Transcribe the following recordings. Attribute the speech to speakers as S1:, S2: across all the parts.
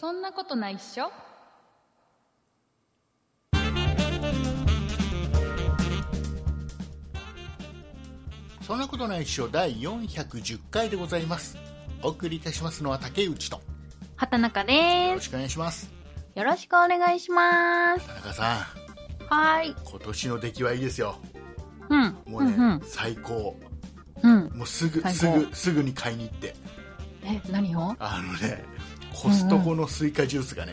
S1: そんなことないっしょ
S2: そんなことないっしょ第410回でございますお送りいたしますのは竹内とよ
S1: 畑中で
S2: ろ
S1: す
S2: しくお願いします
S1: よろしくお願いします
S2: 田中さん
S1: はい
S2: 今年の出来はいいですよ
S1: うん
S2: もうね、
S1: うん
S2: 最高
S1: うん、うん、
S2: もうすぐ
S1: 最
S2: す
S1: 高
S2: ぐすぐに買いに行って
S1: え何を
S2: あのねコストコのスイカジュースがね、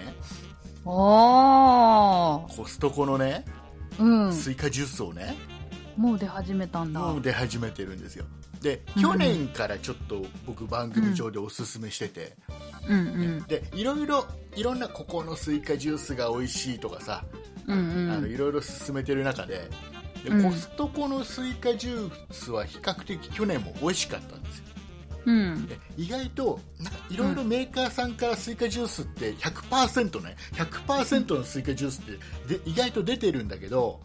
S1: お
S2: コストコのね
S1: ーうん
S2: スイカジュースをね、
S1: もう出始めたんだ
S2: もう出始めてるんですよで去年からちょっと僕番組上でおすすめしてて、
S1: うんうん
S2: でいろいろいろんなここのスイカジュースが美味しいとかさ、
S1: うんうん
S2: あのいろいろ勧めてる中でで、
S1: うん
S2: コストコのスイカジュースは比較的去年も美味しかったんですよ
S1: うん
S2: で意外となんかいろいろメーカーさんからスイカジュースって100%ね100%のスイカジュースってで意外と出てるんだけど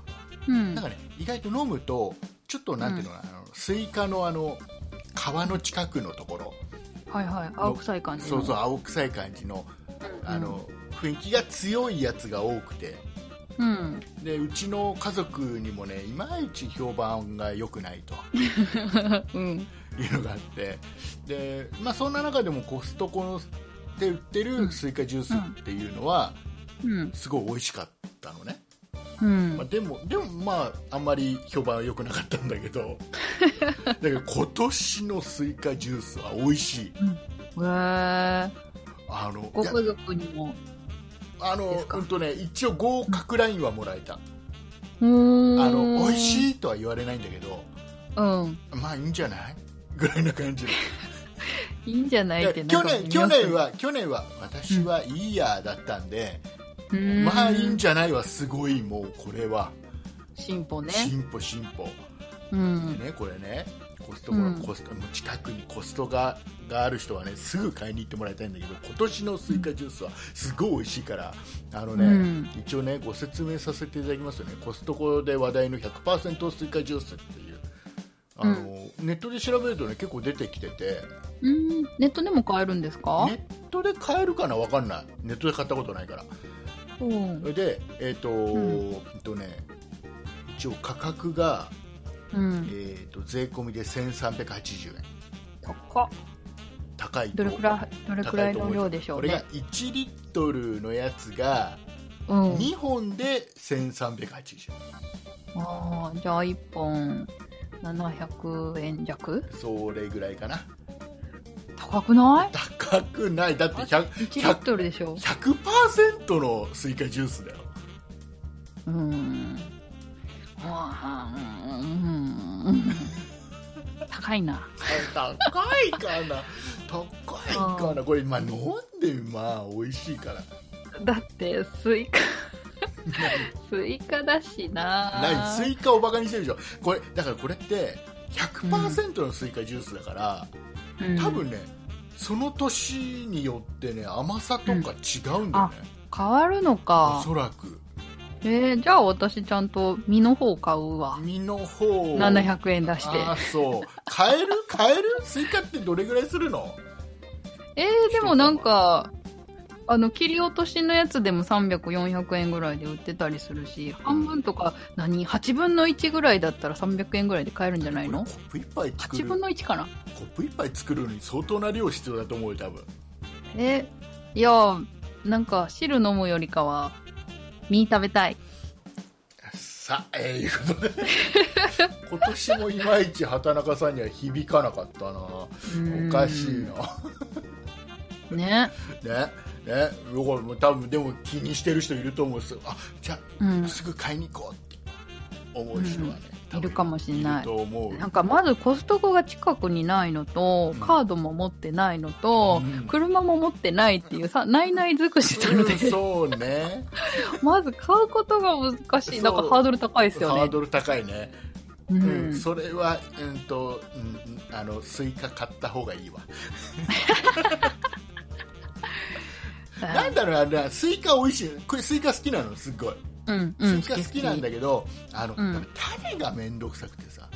S1: うん
S2: なんかね意外と飲むとちょっとなんていうのかな、あのスイカのあの皮の近くのところ
S1: はいはい青臭い感じ
S2: そうそう青臭い感じの
S1: うん
S2: あの、雰囲気が強いやつが多くて
S1: うん
S2: でうちの家族にもねいまいち評判が良 くないと
S1: うん
S2: いうのがあってで、まあ、そんな中でもコストコで売ってるスイカジュースっていうのは
S1: うん
S2: すごい美味しかったのね、
S1: うん
S2: まあ、でもでもまああんまり評判は良くなかったんだけ どだけど今年のスイカジュースは美味しい
S1: へー
S2: あの
S1: ご
S2: いや
S1: 家族にも
S2: あ
S1: で
S2: の
S1: すか
S2: うんとね一応合格ラインはもらえた、
S1: うーん
S2: あの美味
S1: い
S2: しいとは言われないんだけど
S1: うん
S2: まあいいんじゃないぐらいな感じで
S1: いいんじゃないって
S2: で去年去年は去年は私はいいやだったんで、まあいいん
S1: じ
S2: じゃないはすごいもうこれは
S1: 進歩ね
S2: 進歩進歩、
S1: うん
S2: でねこれねコストコの
S1: うん
S2: コスト、もう近くにコストががある人はねすぐ買いに行ってもらいたいんだけど今年のスイカジュースはすごい美味しいからあのね、
S1: うん
S2: 一応ねご説明させていただきますとねコストコで話題の100%スイカジュースっていうあの、ネットで調べるとね結構出てきてて
S1: うんネットでも買えるんですか
S2: ネットで買えるかなわかんないネットで買ったことないから
S1: うん
S2: でえっ、と、
S1: ん
S2: えっとね一応価格が、
S1: うん
S2: えー、と税込みで1380円
S1: 高っ
S2: 高いと
S1: どれくらいどれくらいの量でしょ
S2: こ
S1: う
S2: れが
S1: ね
S2: 1リットルのやつが
S1: うん
S2: 2本で1380円、
S1: あーじゃあ1本700円弱
S2: それぐらいかな
S1: 高くない
S2: 高くないだって 100%,
S1: 1リットルでしょ
S2: 100のスイカジュースだよ
S1: うんあーうんうんうん高いな
S2: 高いかな高いかなこれ、まあ、飲んでまあ美味しいから
S1: だってスイ カスイカだしな
S2: 何スイカをバカにしてるでしょこれだからこれって100%のスイカジュースだから、
S1: うん
S2: 多分ねその年によってね甘さとか違うんだよね、
S1: 変わるの
S2: お
S1: か
S2: そらく
S1: えー、じゃあ私ちゃんと身の方買うわ
S2: 身の方を
S1: 700円出して
S2: ああそう買える買えるスイカってどれぐらいするの
S1: えー、でもなんかあの切り落としのやつでも300400円ぐらいで売ってたりするし半分とか何8分の1ぐらいだったら300円ぐらいで買えるんじゃないの
S2: これコップ一杯作
S1: 8分
S2: る
S1: の1かな
S2: コップ一杯作るのに相当な量必要だと思うよ多分
S1: えいやなんか汁飲むよりかは身食べたい
S2: さあえー、いうことで 今年もいまいち畑中さんには響かなかったなおかしいな
S1: ね
S2: ねね僕はもう多分でも気にしてる人いると思うんですよあじゃ
S1: う
S2: あ
S1: ん
S2: すぐ買いに行こうって思う人はね、
S1: うんいるかもしんない
S2: ると思う
S1: なんかまずコストコが近くにないのと、
S2: うん
S1: カードも持ってないのと、
S2: うん
S1: 車も持ってないっていうさ、ないない尽くしなので、
S2: うんそうね
S1: まず買うことが難しい。なんか
S2: そう
S1: ハードル高いです
S2: ハ
S1: よ
S2: ー
S1: ね。
S2: ドル高いね、
S1: う
S2: うん
S1: ん。
S2: それは、うんとうん、あのスイカ買った方がいいわ、なんだろうなスイカ美味しいこれスイカ好きなのすっごい、
S1: うん、うん。
S2: スイカ好きなんだけどあの、
S1: うん
S2: 種が面倒くさくてさ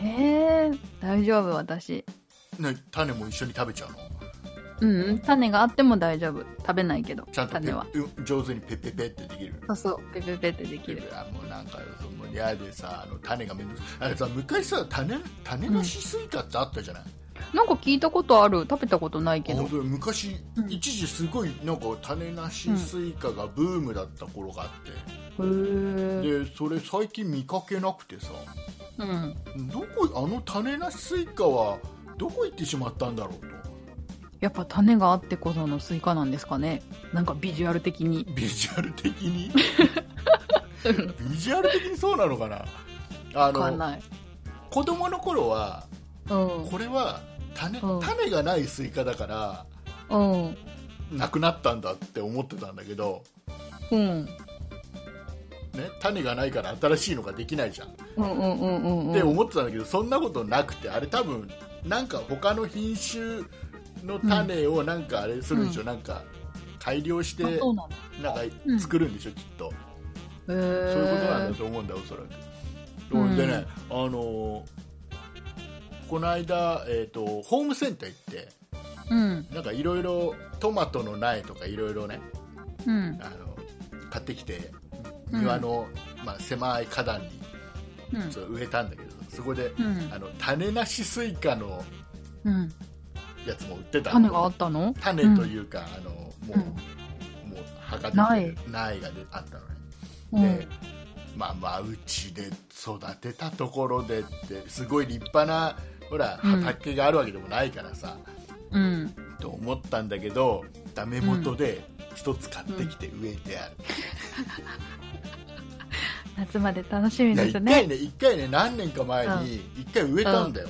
S1: えー、大丈夫私。
S2: ね種も一緒に食べちゃうの
S1: うん、種があっても大丈夫。食べないけど、
S2: ちゃんとペ
S1: 種は。
S2: う上手にペッペペってできる
S1: そうそう、ペペペってでき
S2: い
S1: る。
S2: やもうなんかその嫌でさあの種がめんどくさいあれさ昔さ種種なしスイカってあったじゃない、
S1: なんか聞いたことある、食べたことないけ
S2: あ
S1: ど
S2: 本。当に昔、
S1: うん
S2: 一時すごいなんか種なしスイカがブームだった頃があっ
S1: へ
S2: て、
S1: ー
S2: でそれ最近見かけなくてさ
S1: うん。
S2: どこあの種なしスイカはどこ行ってしまったんだろうと
S1: やっぱ種があってこそのスイカなんですかね。なんかビジュアル的 に。
S2: ビジュアル的 にビジュアル的にそうなのかなあ
S1: わかん
S2: の
S1: ない。
S2: 子供の頃は
S1: うん。
S2: これは種
S1: うん
S2: 種がないスイカだから
S1: うん。
S2: なくなったんだって思ってたんだけど、
S1: うん。
S2: ね、種がないから新しいのができないじゃん
S1: うんうんうんうんうん。
S2: って思ってたんだけど、そんなことなくてあれ多分なんか他の品種の種をなんかあれするんでしょ、
S1: う
S2: なんか改良して
S1: あそうなんだ。
S2: なんか
S1: うん
S2: 作るんでしょ、きっと
S1: そう
S2: そういうことなん
S1: い
S2: だと思うんだおそらく、
S1: うん
S2: でねあのーこの間、えー、とホームセンター行って
S1: うん。
S2: なんかいろいろトマトの苗とかいろいろね
S1: うん。
S2: あの買ってきて
S1: うん
S2: 庭の、まあ、狭い花壇に
S1: うん
S2: ちょっと植えたんだけどそこで、
S1: うん
S2: あの種なしスイカの
S1: うん。
S2: やつも売ってた
S1: 種があったの
S2: 種というか、あのもう,、
S1: うん
S2: もう葉が出てる苗がであったのね
S1: うん
S2: で、まあまあうちで育てたところでってすごい立派なほら
S1: うん
S2: 畑があるわけでもないからさ、
S1: うん。
S2: と思ったんだけどダメ元で一つ買ってきて植えてある、
S1: 夏まで楽しみ
S2: いや
S1: です
S2: 一
S1: ね
S2: 回。ね一回ね何年か前に一回植えたんだよ、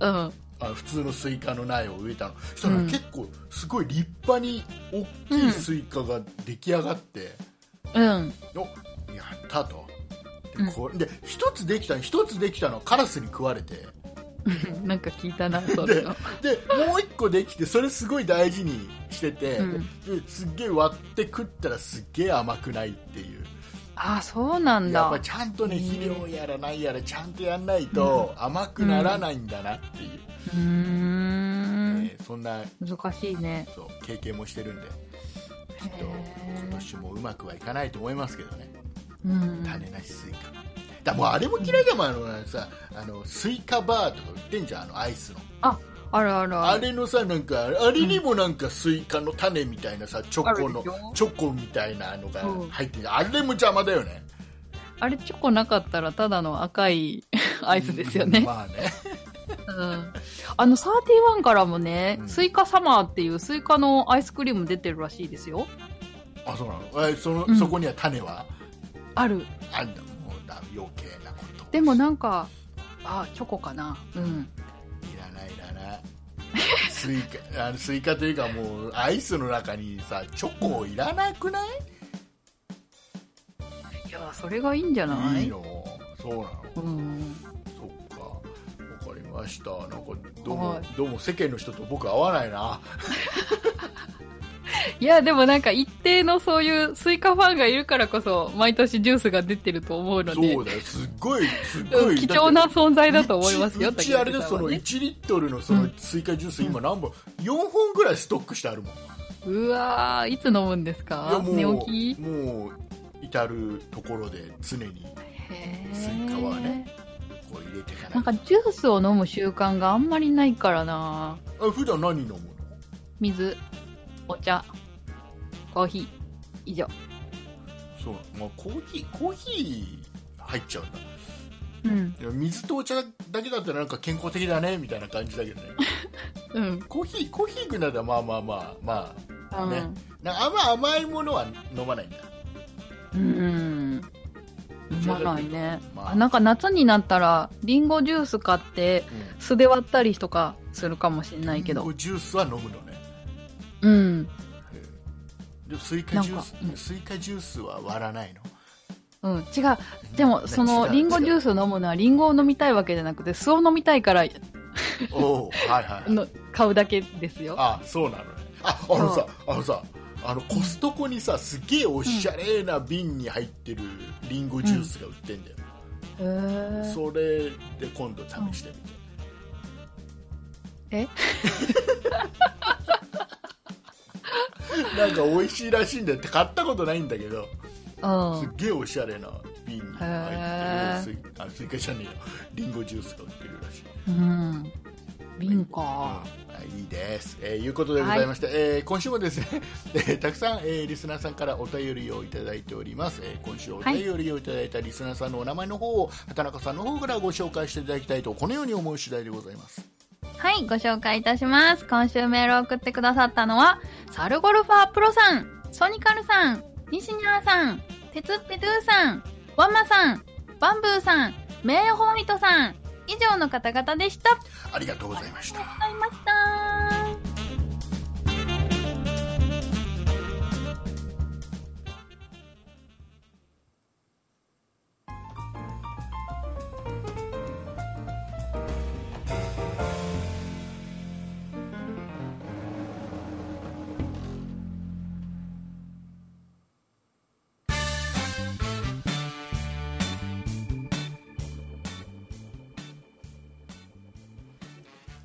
S1: うん。
S2: あの普通のスイカの苗を植えたのそしたら
S1: うん
S2: 結構すごい立派に大きいスイカが出来上がって、
S1: うん。
S2: おやったとで
S1: うん
S2: これで一つできた一つできたのはカラスに食われて
S1: なんか聞いたな、そういうの。
S2: でもう一個できてそれすごい大事にしてて、
S1: うん
S2: ですっげえ割って食ったらすっげえ甘くないっていう
S1: あ、そうなん
S2: やっ
S1: だ
S2: ぱ。ちゃんとね
S1: うん
S2: 肥料やらないやらちゃんとやんないと甘くならないんだなっていう、
S1: うーん。
S2: えーそんな
S1: 難しいね。
S2: そう経験もしてるんできっと
S1: へー
S2: 今年もうまくはいかないと思いますけどね
S1: うん。
S2: 種なしスイカだもうあれも嫌いだもんあのさあのスイカバーとか売ってんじゃんあのアイスの
S1: あるある
S2: あ
S1: ある。
S2: れのさなんかあれにもなんかスイカの種みたいなさチョコの
S1: あるよ
S2: チョコみたいなのが
S1: うん
S2: 入ってるあれも邪魔だよね
S1: あれチョコなかったらただの赤い アイスですよね。
S2: うんまあね
S1: うんあの、31からもね、
S2: うん
S1: スイカサマーっていうスイカのアイスクリーム出てるらしいですよ。
S2: あそうなのえその、
S1: うん
S2: そこには種は
S1: ある。
S2: あんだもうだ余計なこと
S1: でもなんか、あ、チョコかな。うん。
S2: いらないいらないスイカあのスイカというかもうアイスの中にさチョコいらなくない
S1: いや、それがいいんじゃない
S2: いいのそうなの
S1: うん。
S2: そっかわかりましたなんかどうも、
S1: はい
S2: どうも世間の人と僕合わないない
S1: や、でもなんか一定のそういうスイカファンがいるからこそ、毎年ジュースが出てると思うので、
S2: そうだよすっごいすっ
S1: う
S2: ご
S1: ん
S2: い
S1: 貴重な
S2: だって
S1: 存在だと思いますよ、
S2: うちうちあれで
S1: 竹内さ
S2: そ
S1: ん
S2: の
S1: はね
S2: 1リットルのその
S1: うん
S2: スイカジュース今何本、四4本ぐらいストックしてあるもん
S1: うわー、いつ飲むんです
S2: いや
S1: か
S2: もう
S1: 寝起き
S2: もう至るところで常に
S1: へー
S2: スイカはねこう入れていか
S1: な
S2: なんい
S1: か
S2: と
S1: ジュースを飲む習慣があんまりないからな
S2: あ普段何飲むの
S1: 水、お茶、コーヒー、以上。
S2: そう、まあ、コーヒーコーヒー入っちゃうんだ
S1: うん。
S2: いや水とお茶だけだったらなんか健康的だねみたいな感じだけどね
S1: うん。
S2: コーヒーコーヒー行くならまあまあまあまあね
S1: うん
S2: なんかあんま甘いものは飲まないんだ
S1: うん。飲まないね。
S2: まあ
S1: あなんか夏になったら、リンゴジュース買って、
S2: うん
S1: 素で割ったりとかするかもしれないけ
S2: リン
S1: ど。
S2: ゴジュースは飲むのね
S1: うん。
S2: でもスイカジュース、
S1: なんかうん
S2: スイカジュースは割らないの
S1: うん、違う。でも、その、リンゴジュー
S2: ス
S1: ス飲むのは、リンゴを飲みたいわけじゃなくて、酢を飲みたいから、
S2: おおはいはいはい
S1: の買うだけですよ。
S2: あそうなのねああのさあのさあのコストコにさすげえおしゃれな瓶に入ってるリンゴジュースが売ってんだよ、
S1: へー
S2: それで今度試してみて、
S1: え
S2: なんか美味しいらしいんだよって買ったことないんだけど
S1: うん
S2: すっげえおしゃれな瓶に入ってるスイあスイカじゃねえよリンゴジュースが売ってるらしい
S1: うん。瓶か。
S2: はいいいです、えーいうことでございまして、えー今週もですね、 えーたくさん、えーリスナーさんからお便りをいただいております、えー今週お便りをいただいたリスナーさんのお名前の方を畑中さんの方からご紹介していただきたいとこのように思う次第でございます
S1: はい、ご紹介いたします。今週メールを送ってくださったのは、サルゴルファープロさん、ソニカルさん、ニシニャーさん、鉄っぺドゥさん、ワンマさん、バンブーさん、メイホワイトさん、以上の方々でした。あり
S2: ありがとうございました
S1: がとうございました。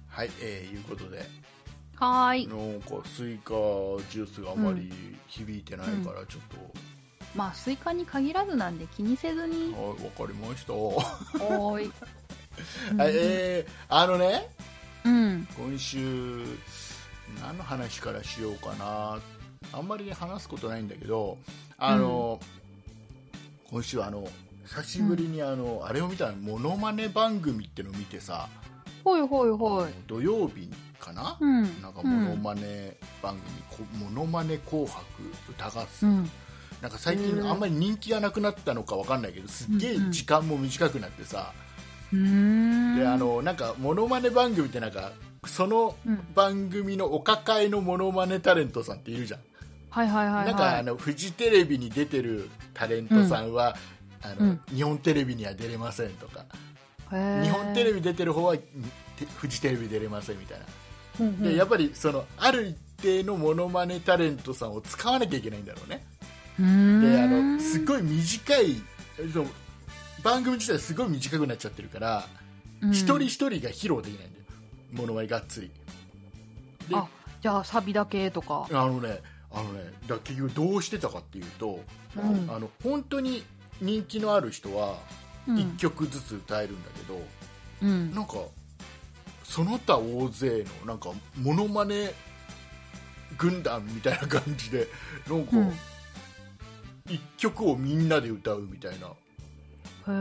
S2: はい、えーいうことで
S1: はーい。
S2: なんかスイカジュースがあまり響いてないからちょっ
S1: まあ、スイカに限らずなんで気にせずに
S2: と、。はいわかりました、
S1: お ーい。
S2: はいえーあのね
S1: うん。
S2: 今週何の話からしようかなあんまりね話すことないんだけどあの、今週あの久しぶりにあの、あれを見たのモノマネ番組ってのを見てさ
S1: ほいほいほい。
S2: 土曜日かな、
S1: うん。
S2: なんかモノマネ番組、こモノマネ紅白歌合
S1: う
S2: 戦、
S1: ん。
S2: なんか最近
S1: うん
S2: あんまり人気がなくなったのかわかんないけどすっげえ
S1: うんうん
S2: 時間も短くなってさ、
S1: うん。
S2: であ、のなんかモノマネ番組ってなんかその
S1: うん。
S2: 番組のお抱えのモノマネタレントさんっているじゃん、
S1: はいはいはい、はい。
S2: なんかあのフジテレビに出てるタレントさんは、あの
S1: うん
S2: 日本テレビには出れませんとか、
S1: へー
S2: 日本テレビ出てる方はてフジテレビ出れませんみたいな、
S1: うんうん
S2: でやっぱりそのある一定のモノマネタレントさんを使わなきゃいけないんだろうね、
S1: うーん
S2: であのすっごい短いその番組自体すごい短くなっちゃってるから、
S1: うん
S2: 一人一人が披露できないんだよモノマネがっつりで
S1: あじゃあサビだけとか
S2: あのね、あのね、だから結局どうしてたかっていうと、
S1: うん
S2: あの本当に人気のある人は
S1: うん
S2: 1曲ずつ歌えるんだけど、
S1: うん
S2: なんかその他大勢のなんかモノマネ軍団みたいな感じでなんか
S1: うん
S2: 1曲をみんなで歌うみたいな、
S1: へ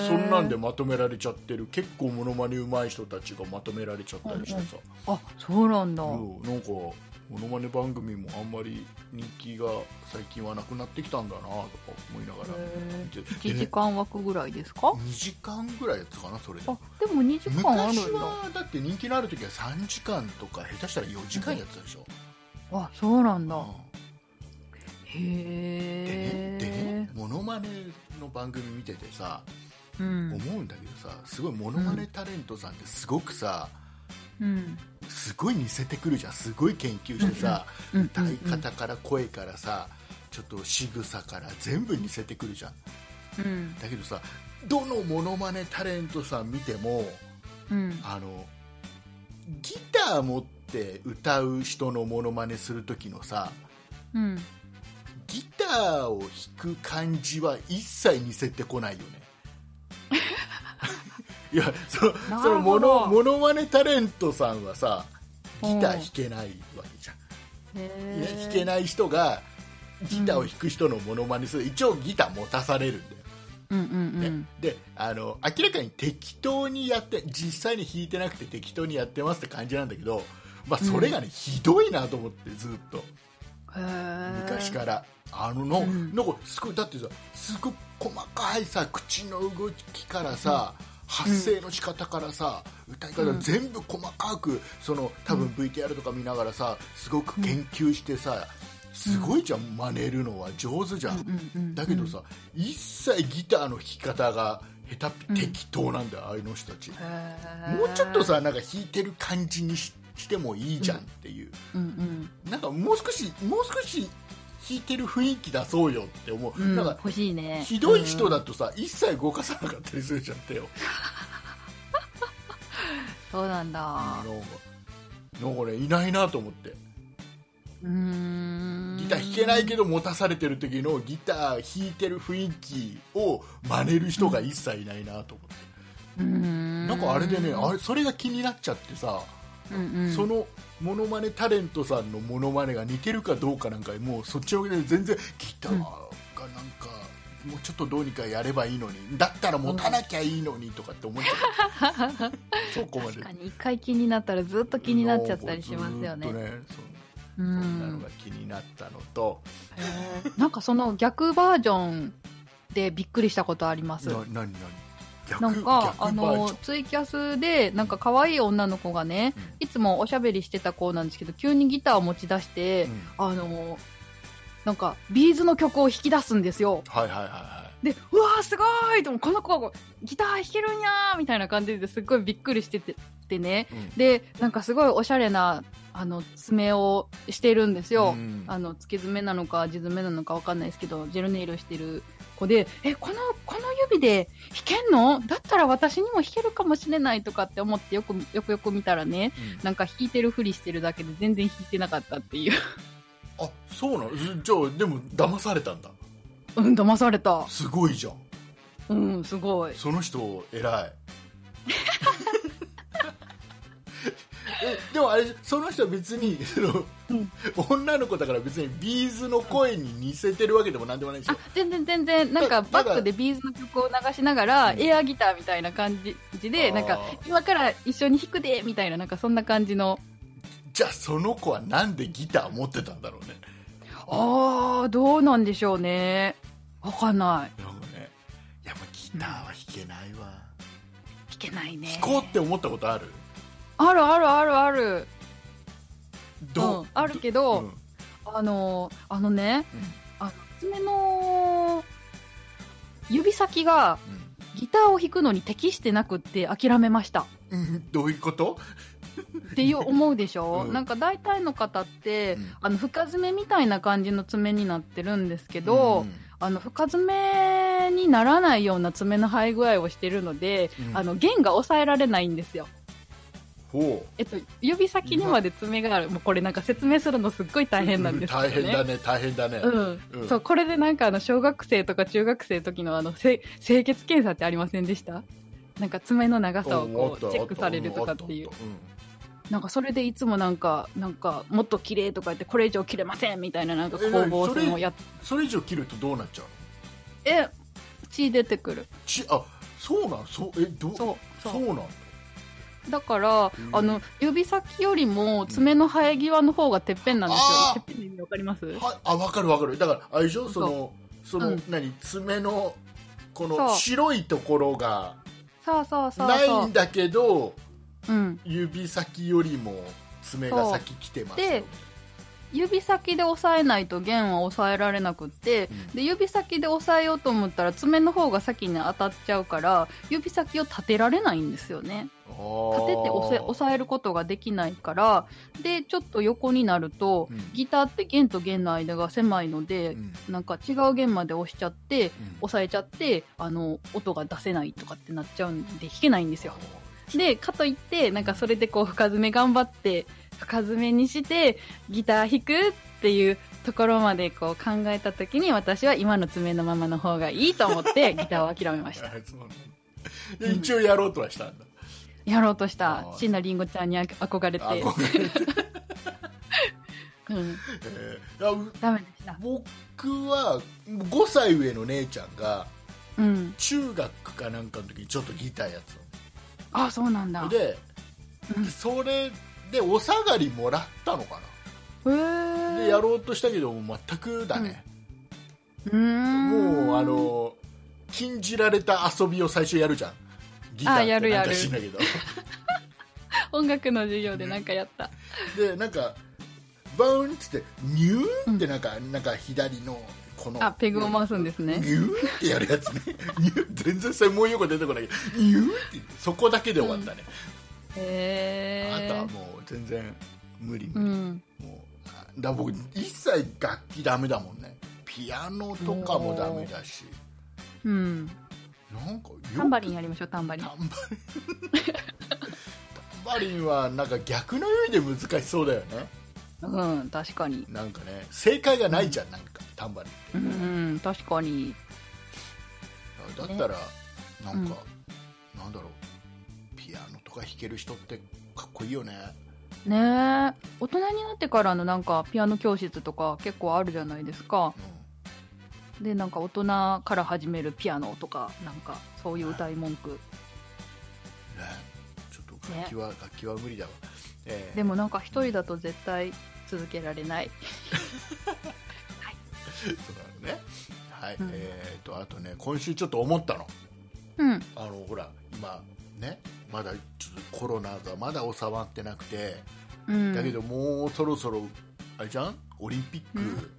S1: え
S2: そんなんでまとめられちゃってる結構モノマネ上手い人たちがまとめられちゃったりしてさ、
S1: あそうなんだ
S2: うんなんかモノマネ番組もあんまり人気が最近はなくなってきたんだなとか思いながら見て
S1: 1
S2: で
S1: 時
S2: ね
S1: 間枠ぐらいですか
S2: 2時間ぐらいやったかなそれで
S1: あでも2時間ある
S2: 昔
S1: んだ
S2: はだって人気のある時は3時間とか下手したら4時間やってたでしょ、
S1: あそうなんだ
S2: う
S1: へ
S2: んでねで
S1: え
S2: ねモノマネの番組見ててさ
S1: うん
S2: 思うんだけどさすごいモノマネタレントさんってすごくさ
S1: うん
S2: すごい似せてくるじゃんすごい研究してさ、
S1: うん
S2: 歌い方から声からさちょっと仕草から全部似せてくるじゃん
S1: うん
S2: だけどさどのモノマネタレントさん見ても
S1: うん
S2: あのギター持って歌う人のモノマネする時のさ
S1: うん
S2: ギターを弾く感じは一切似せてこないよねいやそ の
S1: なるほど
S2: そのモノモノマネタレントさんはさギター弾けないわけじゃんね
S1: へえ
S2: 弾けない人がギターを弾く人のモノマネする、一応ギター持たされるんだよ、
S1: うんう
S2: ね
S1: ん
S2: であの明らかに適当にやって実際に弾いてなくて適当にやってますって感じなんだけど、まあ、それがね、ひどいなと思ってずっと
S1: うんへえ
S2: 昔から。あのの、
S1: うん
S2: なんかすごいだってさすごい細かいさ口の動きからさ、発声の仕方からさ歌い方、
S1: うん
S2: 全部細かくその多分 VTR とか見ながらさすごく研究してさ、すごいじゃん真似るのは上手じゃ
S1: う
S2: ん、
S1: んうんうん
S2: だけどさ一切ギターの弾き方が下手っぴ
S1: うん
S2: 適当なんだよ、ああいうの人たち、
S1: へえ
S2: もうちょっとさなんか弾いてる感じにししてもいいじゃんっていう。
S1: うんうん
S2: なんかもう少しもう少し弾いてる雰囲気出そうよって思う、
S1: うん
S2: なんか
S1: 欲しいね
S2: ひどい人だとさ、一切動かさなかったりするじゃん手を
S1: そうなんだ
S2: なんかなんかねいないなと思って
S1: うーん
S2: ギター弾けないけど持たされてる時のギター弾いてる雰囲気を真似る人が一切いないなと思って、
S1: うーん
S2: なんかあれでねあれそれが気になっちゃってさ、
S1: うんうん、
S2: そのモノマネタレントさんのモノマネが似てるかどうかなんかもうそっちのけで全然ギターがなんか、もうちょっとどうにかやればいいのにだったら持たなきゃいいのにとかって思っちゃうそこま
S1: 確
S2: で
S1: かに一回気になったらずっと気になっちゃったりしますよね
S2: ずーっとそ
S1: う
S2: うそんなの
S1: ん
S2: が気になったのと、
S1: へーなんかその逆バージョンでびっくりしたことあります
S2: な何何逆
S1: なんか
S2: 逆
S1: あ
S2: バー
S1: の
S2: ジョン
S1: ツイキャスでなんか可愛い女の子がね、
S2: うん
S1: いつもおしゃべりしてた子なんですけど急にギターを持ち出して、
S2: うん
S1: あのなんかビーズの曲を弾き出すんですよ
S2: はいはいはいは
S1: でうわーすごいともこの子ギター弾けるんやーみたいな感じですっごいびっくりしててでね
S2: い、うん
S1: でなんかすごいおしゃれなあの爪をしてるんですよ、
S2: うん
S1: あの付け爪なのか地爪なのかわかんないですけどジェルネイルしてる子でえこのこの指で弾けんのだったら私にも弾けるかもしれないとかって思ってよくよくよく見たらね
S2: うん
S1: なんか弾いてるふりしてるだけで全然弾いてなかったっていう
S2: あそうなのずじゃあでも騙されたんだ
S1: うん騙された
S2: すごいじゃん
S1: うんすごい
S2: その人偉 いえでもあれその人は別にその、
S1: うん
S2: 女の子だから別にビーズの声に似せてるわけでもなんでもないでしょ
S1: あ全然全然なんか
S2: たただ
S1: バックでビーズの曲を流しながら
S2: うん
S1: エアギターみたいな感じで
S2: あー
S1: なんか今から一緒に弾くでみたいななんかそんな感じの
S2: じゃあその子はなんでギター持ってたんだろうね
S1: ああどうなんでしょうねわかんない
S2: なんかねいやまあギターは弾けないわ、
S1: 弾けないね
S2: 弾こうって思ったことある
S1: あるあるあるある
S2: どう、
S1: うんあるけど
S2: うん
S1: あのあのね、
S2: うん
S1: あの爪の指先がギターを弾くのに適してなくって諦めました
S2: うんうん どういうこと、
S1: っていう思うでしょ、
S2: うん
S1: なんか大体の方って、
S2: うん
S1: あの深爪みたいな感じの爪になってるんですけど、あの深爪にならないような爪の生え具合をしてるので、
S2: うん
S1: あの弦が抑えられないんですよ
S2: ほう
S1: えっと、指先にまで爪がある、もうこれなんか説明するのすっごい大変なんですけどね。
S2: 大変だね大変だね、
S1: うん
S2: うん
S1: そうこれでなんかあの小学生とか中学生の時のあのせ清潔検査ってありませんでしたなんか爪の長さをこうチェックされるとかっていうなんかそれでいつもなんかなんかもっと綺麗とか言ってこれ以上切れませんみたいななんか攻防戦をやっ
S2: それ以上切るとどうなっちゃうの
S1: え血出てくる
S2: ちあそうなんそうえどう
S1: そう
S2: そう
S1: そう
S2: なんだ
S1: だから、
S2: ん
S1: あの指先よりも爪の生え際の方がてっぺんなんです
S2: あー
S1: よ、てっぺんの意味わかります
S2: はあ分かる分かるだからあれでしょそのそ
S1: う
S2: の、
S1: ん
S2: 何爪のこ
S1: そ
S2: の
S1: う
S2: 白いところが
S1: そうそうそう
S2: ない
S1: そうん
S2: だけど
S1: うん
S2: 指先よりも爪が先来てますよ
S1: で指先で押さえないと弦は押さえられなくって、
S2: うん
S1: で指先で押さえようと思ったら爪の方が先に当たっちゃうから指先を立てられないんですよね
S2: あ
S1: 立
S2: ー
S1: てて押さえ押さえることができないからでちょっと横になると、
S2: うん
S1: ギターって弦と弦の間が狭いので
S2: う、ん
S1: なんか違う弦まで押しちゃって
S2: うん
S1: 押さえちゃってあの音が出せないとかってなっちゃうんで弾けないんですよでかといってなんかそれでこう深爪頑張って深爪にしてギター弾くっていうところまでこう考えた時に私は今の爪のままの方がいいと思って ギターを諦めました
S2: あそうなんだで一応やろうとはしたんだ
S1: やろうとし
S2: あ
S1: た
S2: ー
S1: 椎名林檎ちゃんにあ憧れて
S2: あ、ごめん
S1: うん、
S2: えーいやう
S1: ダメでした
S2: 僕は5歳上の姉ちゃんが
S1: うん
S2: 中学かなんかの時にちょっとギターやってたの
S1: ああそうなんだへ
S2: で、
S1: うん
S2: それでお下がりもらったのかなで
S1: え
S2: やろうとしたけどもう全くだね、
S1: うーん
S2: もうあの禁じられた遊びを最初やるじゃんギター
S1: あや
S2: って
S1: る
S2: なん
S1: や
S2: か
S1: る
S2: しんだけど
S1: 音楽の授業でなんかやった、
S2: でなんかバウンっつってニューンってなんか、なんか左のこの
S1: あペグを回すんですね
S2: ニューンってやるやつねニューン全然専門用語出てこないけどニューンって言ってそこだけで終わったね、
S1: へえ
S2: あとはもう全然無理無理、
S1: うん
S2: もうあだから僕一切楽器ダメだもんねピアノとかもダメだし
S1: うん
S2: なんかよく
S1: タンバリンやりましょうタンバリン
S2: タンバリンタンバリンはなんか逆の意味で難しそうだよね
S1: うん、確かに。
S2: なんかね正解がないじゃん、なんかタンバリン
S1: うん、確かに。
S2: だったらなんか、なんだろうピアノとか弾ける人ってかっこいいよね
S1: ねえ、大人になってからのなんかピアノ教室とか結構あるじゃないですか。
S2: う
S1: で、なんか大人から始めるピアノとか、なんかそういう歌い文句。
S2: んねちょっと楽器は、楽器は無理だわ、えー
S1: でもなんか一人だと絶対続けられない。
S2: そうだねはい、
S1: うん
S2: えー、とあとね今週ちょっと思ったの
S1: うん、
S2: あのほら今ねまだちょっとコロナがまだ収まってなくて、
S1: うん。
S2: だけどもうそろそろあれじゃんオリンピック、
S1: うん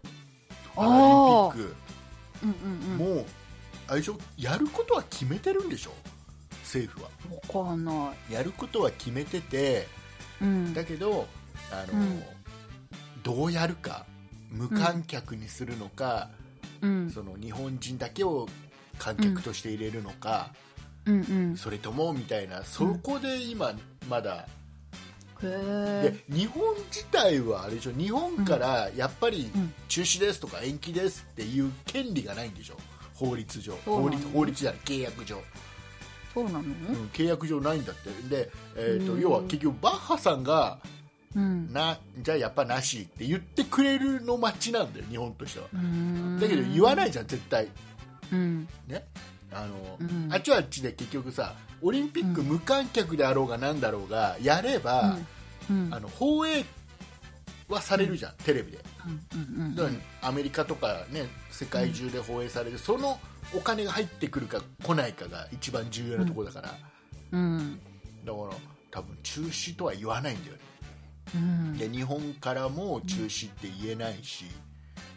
S2: パラリンピッ
S1: うん
S2: ク
S1: うん
S2: もうあれでしょやることは決めてるんでしょ政府は
S1: うん。わかんない。
S2: やることは決めてて
S1: うん。
S2: だけどあの、
S1: うん
S2: どうやるか無観客にするのか、
S1: うん。
S2: その日本人だけを観客として入れるのか、
S1: うんうん。
S2: それともみたいなそこで今まだ、
S1: へ
S2: で
S1: え。
S2: 日本自体はあれでしょ日本からやっぱり
S1: うん
S2: 中止ですとか延期ですっていう権利がないんでしょ法律上
S1: そうな
S2: 法
S1: の
S2: 律法律じゃない契約上、
S1: そうなの
S2: うん契約上ないんだってで、えーと
S1: うん
S2: 要は結局バッハさんが
S1: うん。
S2: なじゃあやっぱなしって言ってくれるの待ちなんだよ日本としては
S1: うん
S2: だけど言わないじゃん絶対
S1: うん。
S2: ねあの、
S1: うん
S2: あっちはあっちで結局さオリンピック無観客であろうがなんだろうがやれば、
S1: うん。
S2: あの放映はされるじゃん、テレビで
S1: うんうん
S2: だからアメリカとか、ね、世界中で放映されて、そのお金が入ってくるか来ないかが一番重要なところだから、
S1: うん
S2: だから多分中止とは言わないんだよね、
S1: うん
S2: で日本からも中止って言えないし、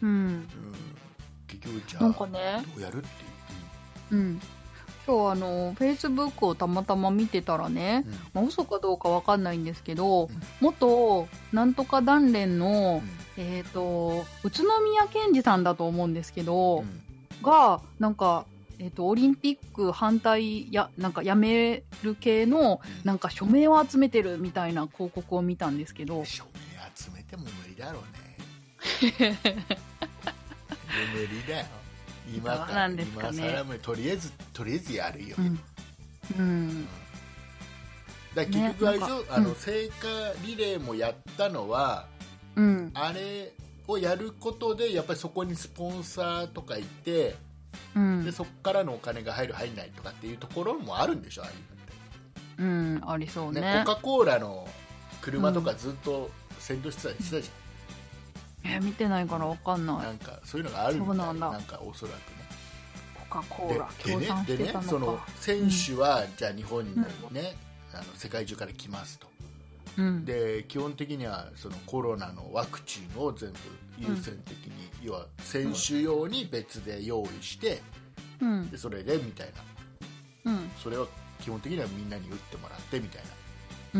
S1: うん
S2: うん、結局じゃあ
S1: なんかね、
S2: どうやるって
S1: うん、今日あのフェイスブックをたまたま見てたらね
S2: いう、、うん
S1: まあ、嘘かどうかわかんないんですけど、
S2: うん
S1: 元なんとか団連の、
S2: うん
S1: えっ、と宇都宮健児さんだと思うんですけど、
S2: うん
S1: がなんか。えっとオリンピック反対やなんかやめる系の
S2: うん
S1: なんか署名を集めてるみたいな広告を見たんですけど
S2: 署名集めても無理だろうね無理だよ今
S1: ど
S2: か
S1: う
S2: ら
S1: なんですかね
S2: 今更もとりあえずとりあえずやるよ、
S1: うん、うん、
S2: だから結局あれでし
S1: ね
S2: ょ、
S1: なんか
S2: あ
S1: う
S2: の
S1: ん
S2: 聖火リレーもやったのは、
S1: うん、
S2: あれをやることでやっぱりそこにスポンサーとかいて、
S1: うん
S2: で、そこからのお金が入る入んないとかっていうところもあるんでしょああいう
S1: うん、ありそう
S2: のって、
S1: ね。
S2: ねコカ・コーラの車とかずっと先導してたりしてたじ
S1: えー見てないからわかん
S2: ゃん、
S1: な
S2: ないんかそういうのがあるみたい
S1: そうなんだ
S2: なんかおそらくね
S1: コカ・コーラ
S2: で
S1: 協
S2: でね
S1: 賛し
S2: で
S1: て
S2: ね
S1: た
S2: そ
S1: の
S2: の
S1: か
S2: 選手は、じゃあ日本にね、あの世界中から来ますと
S1: うん
S2: で基本的にはそのコロナのワクチンを全部優先的に、要は選手用に別で用意して
S1: うん
S2: でそれでみたいな
S1: うん
S2: それは基本的にはみんなに打ってもらってみたいな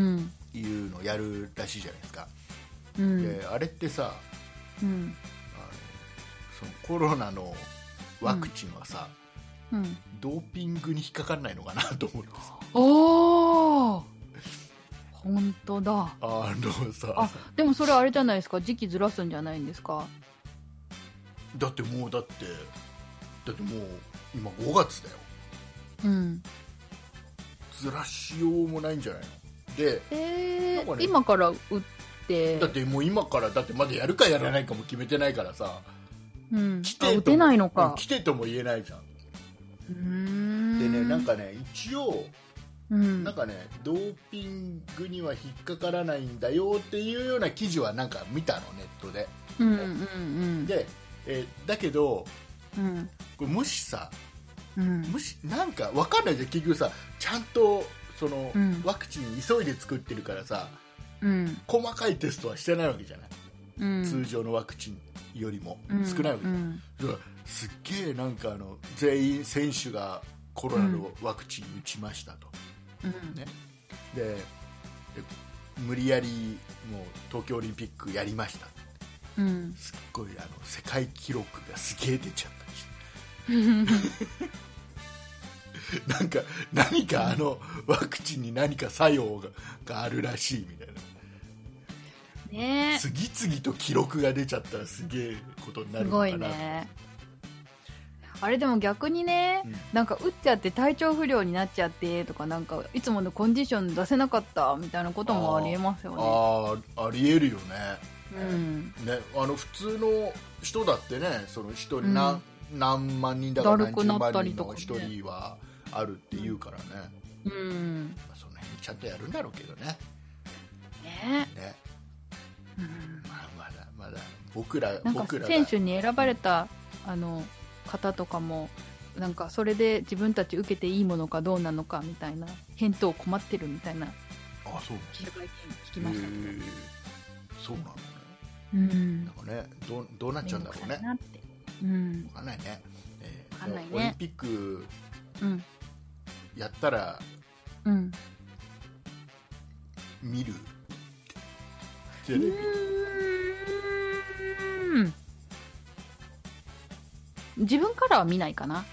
S1: うん
S2: いうのをやるらしいじゃないですか、
S1: うん
S2: であれってさ
S1: うん
S2: あのそのコロナのワクチンはさ、
S1: うん
S2: ドーピングに引っかかんないのかなと思うんですよ
S1: おー本当だ
S2: あのさ
S1: あでもそれあれじゃないですか時期ずらすんじゃないんですか
S2: だってもうだってだってもう今5月だよ
S1: うん
S2: ずらしようもないんじゃないので
S1: え
S2: なんか
S1: ー、
S2: ね
S1: 今から打って
S2: だってもう今からだってまだやるかやらないかも決めてないからさ
S1: うん
S2: 来
S1: あ
S2: て
S1: 打
S2: と
S1: て
S2: も
S1: ないの
S2: うん
S1: か
S2: 来てとも言えないじゃん
S1: うーん
S2: でねなんかね一応
S1: うん
S2: なんかねドーピングには引っかからないんだよっていうような記事はなんか見たのネットで
S1: うんうん
S2: で、えーだけど
S1: うんうん
S2: これもしさ
S1: うん
S2: もしなんかわかんないじゃん結局さちゃんとその、
S1: うん
S2: ワクチン急いで作ってるからさ
S1: うん
S2: 細かいテストはしてないわけじゃない、
S1: うん
S2: 通常のワクチンよりも
S1: うん
S2: 少ないわけじゃ
S1: う
S2: ない、
S1: ん
S2: だからすっげえなんかあの全員選手がコロナのワクチン打ちましたと、
S1: うん
S2: ねでで無理やりもう東京オリンピックやりました
S1: うん
S2: すっごいあの世界記録がすげえ出ちゃったりしてなんか何かあのワクチンに何か作用ががあるらしいみたいな
S1: ね
S2: 次々と記録が出ちゃったらすげえことにな
S1: す
S2: るのか
S1: ご
S2: ない
S1: ねあれでも逆にね、
S2: うん
S1: なんか打っちゃって体調不良になっちゃってとかなんかいつものコンディション出せなかったみたいなこともありえますよね
S2: あーありえるよね
S1: うん
S2: ねあの普通の人だってねその人に何,、何万人だか
S1: だ
S2: 何
S1: る
S2: 十
S1: くなった
S2: 万
S1: り
S2: 人
S1: と
S2: の
S1: かね
S2: 一人はあるって言うからね、
S1: うん
S2: まあその辺ちゃんとやるんだろうけどね
S1: ね
S2: ね、
S1: うん
S2: まあ、まだまだ僕ら
S1: なん
S2: 僕
S1: から
S2: が
S1: 選手に選ばれたあの方とかもなんかそれで自分たち受けていいものかどうなのかみたいな返答困ってるみたいな
S2: あそう
S1: 記者会見聞きました
S2: へ
S1: けど、
S2: ーそうなのね
S1: うん
S2: なんかねどうどうなっちゃうんだろうね
S1: なってうん
S2: わかんないね,、えー
S1: わかんないね
S2: もうオリンピック
S1: うん
S2: やったら
S1: うん
S2: 見るテ
S1: う
S2: レビ
S1: ーん自分からは見ないかな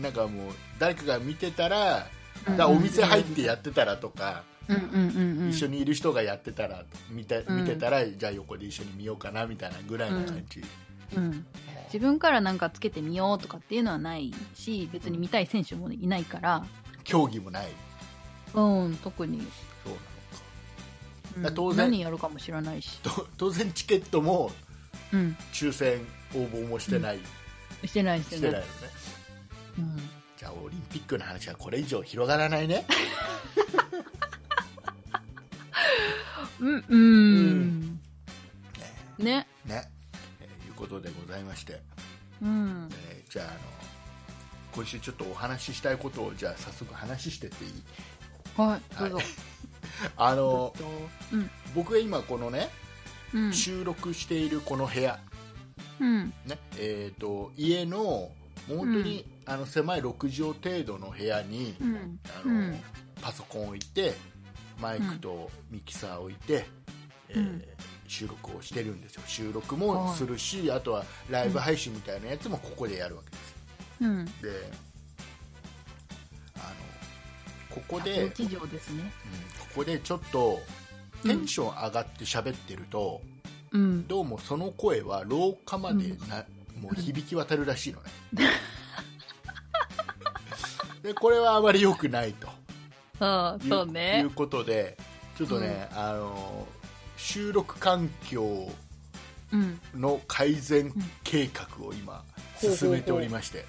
S2: なんかもう誰かが見てたらだから
S1: うん
S2: お店入ってやってたらとか、
S1: うんうんうんうん
S2: 一緒にいる人がやってたら見て
S1: うん
S2: 見てたら、じゃあ横で一緒に見ようかなみたいなぐらいの感じ、
S1: うん自分からなんかつけてみようとかっていうのはないし別に見たい選手もいないから
S2: 競技もない
S1: うん特に
S2: そうなのか
S1: うん
S2: だから当然
S1: 何やるかも知らないし、
S2: と当然チケットも
S1: うん、
S2: 抽選応募もしてない、
S1: してないし
S2: してて
S1: ない
S2: ないのね
S1: うん、
S2: じゃあオリンピックの話はこれ以上広がらないね
S1: うんうん、ね
S2: ね、えーいうことでございまして、
S1: うん
S2: えーじゃああの今週ちょっとお話ししたいことをじゃあ早速話し てっていい
S1: はいどうぞ、
S2: はいあの
S1: えっとうん
S2: 僕が今このね
S1: うん
S2: 収録しているこの部屋、
S1: うん
S2: ねえー、と家のもう本当に、あの狭い6畳程度の部屋に、
S1: うん
S2: あの
S1: うん
S2: パソコンを置いてマイクとミキサーを置いて、えー
S1: うん
S2: 収録をしてるんですよ収録もするし、あとはライブ配信みたいなやつもここでやるわけです、
S1: うん
S2: であのここで、うん、こ
S1: 1畳ですね
S2: こでちょっとテンション上がって喋ってると、
S1: うん
S2: どうもその声は廊下までな、 もう響き渡るらしいのね でこれはあまり良くないと
S1: ああ
S2: いう
S1: そうね
S2: いうことでちょっとね、あの収録環境
S1: うん
S2: の改善計画を今
S1: うん
S2: 進めておりまして、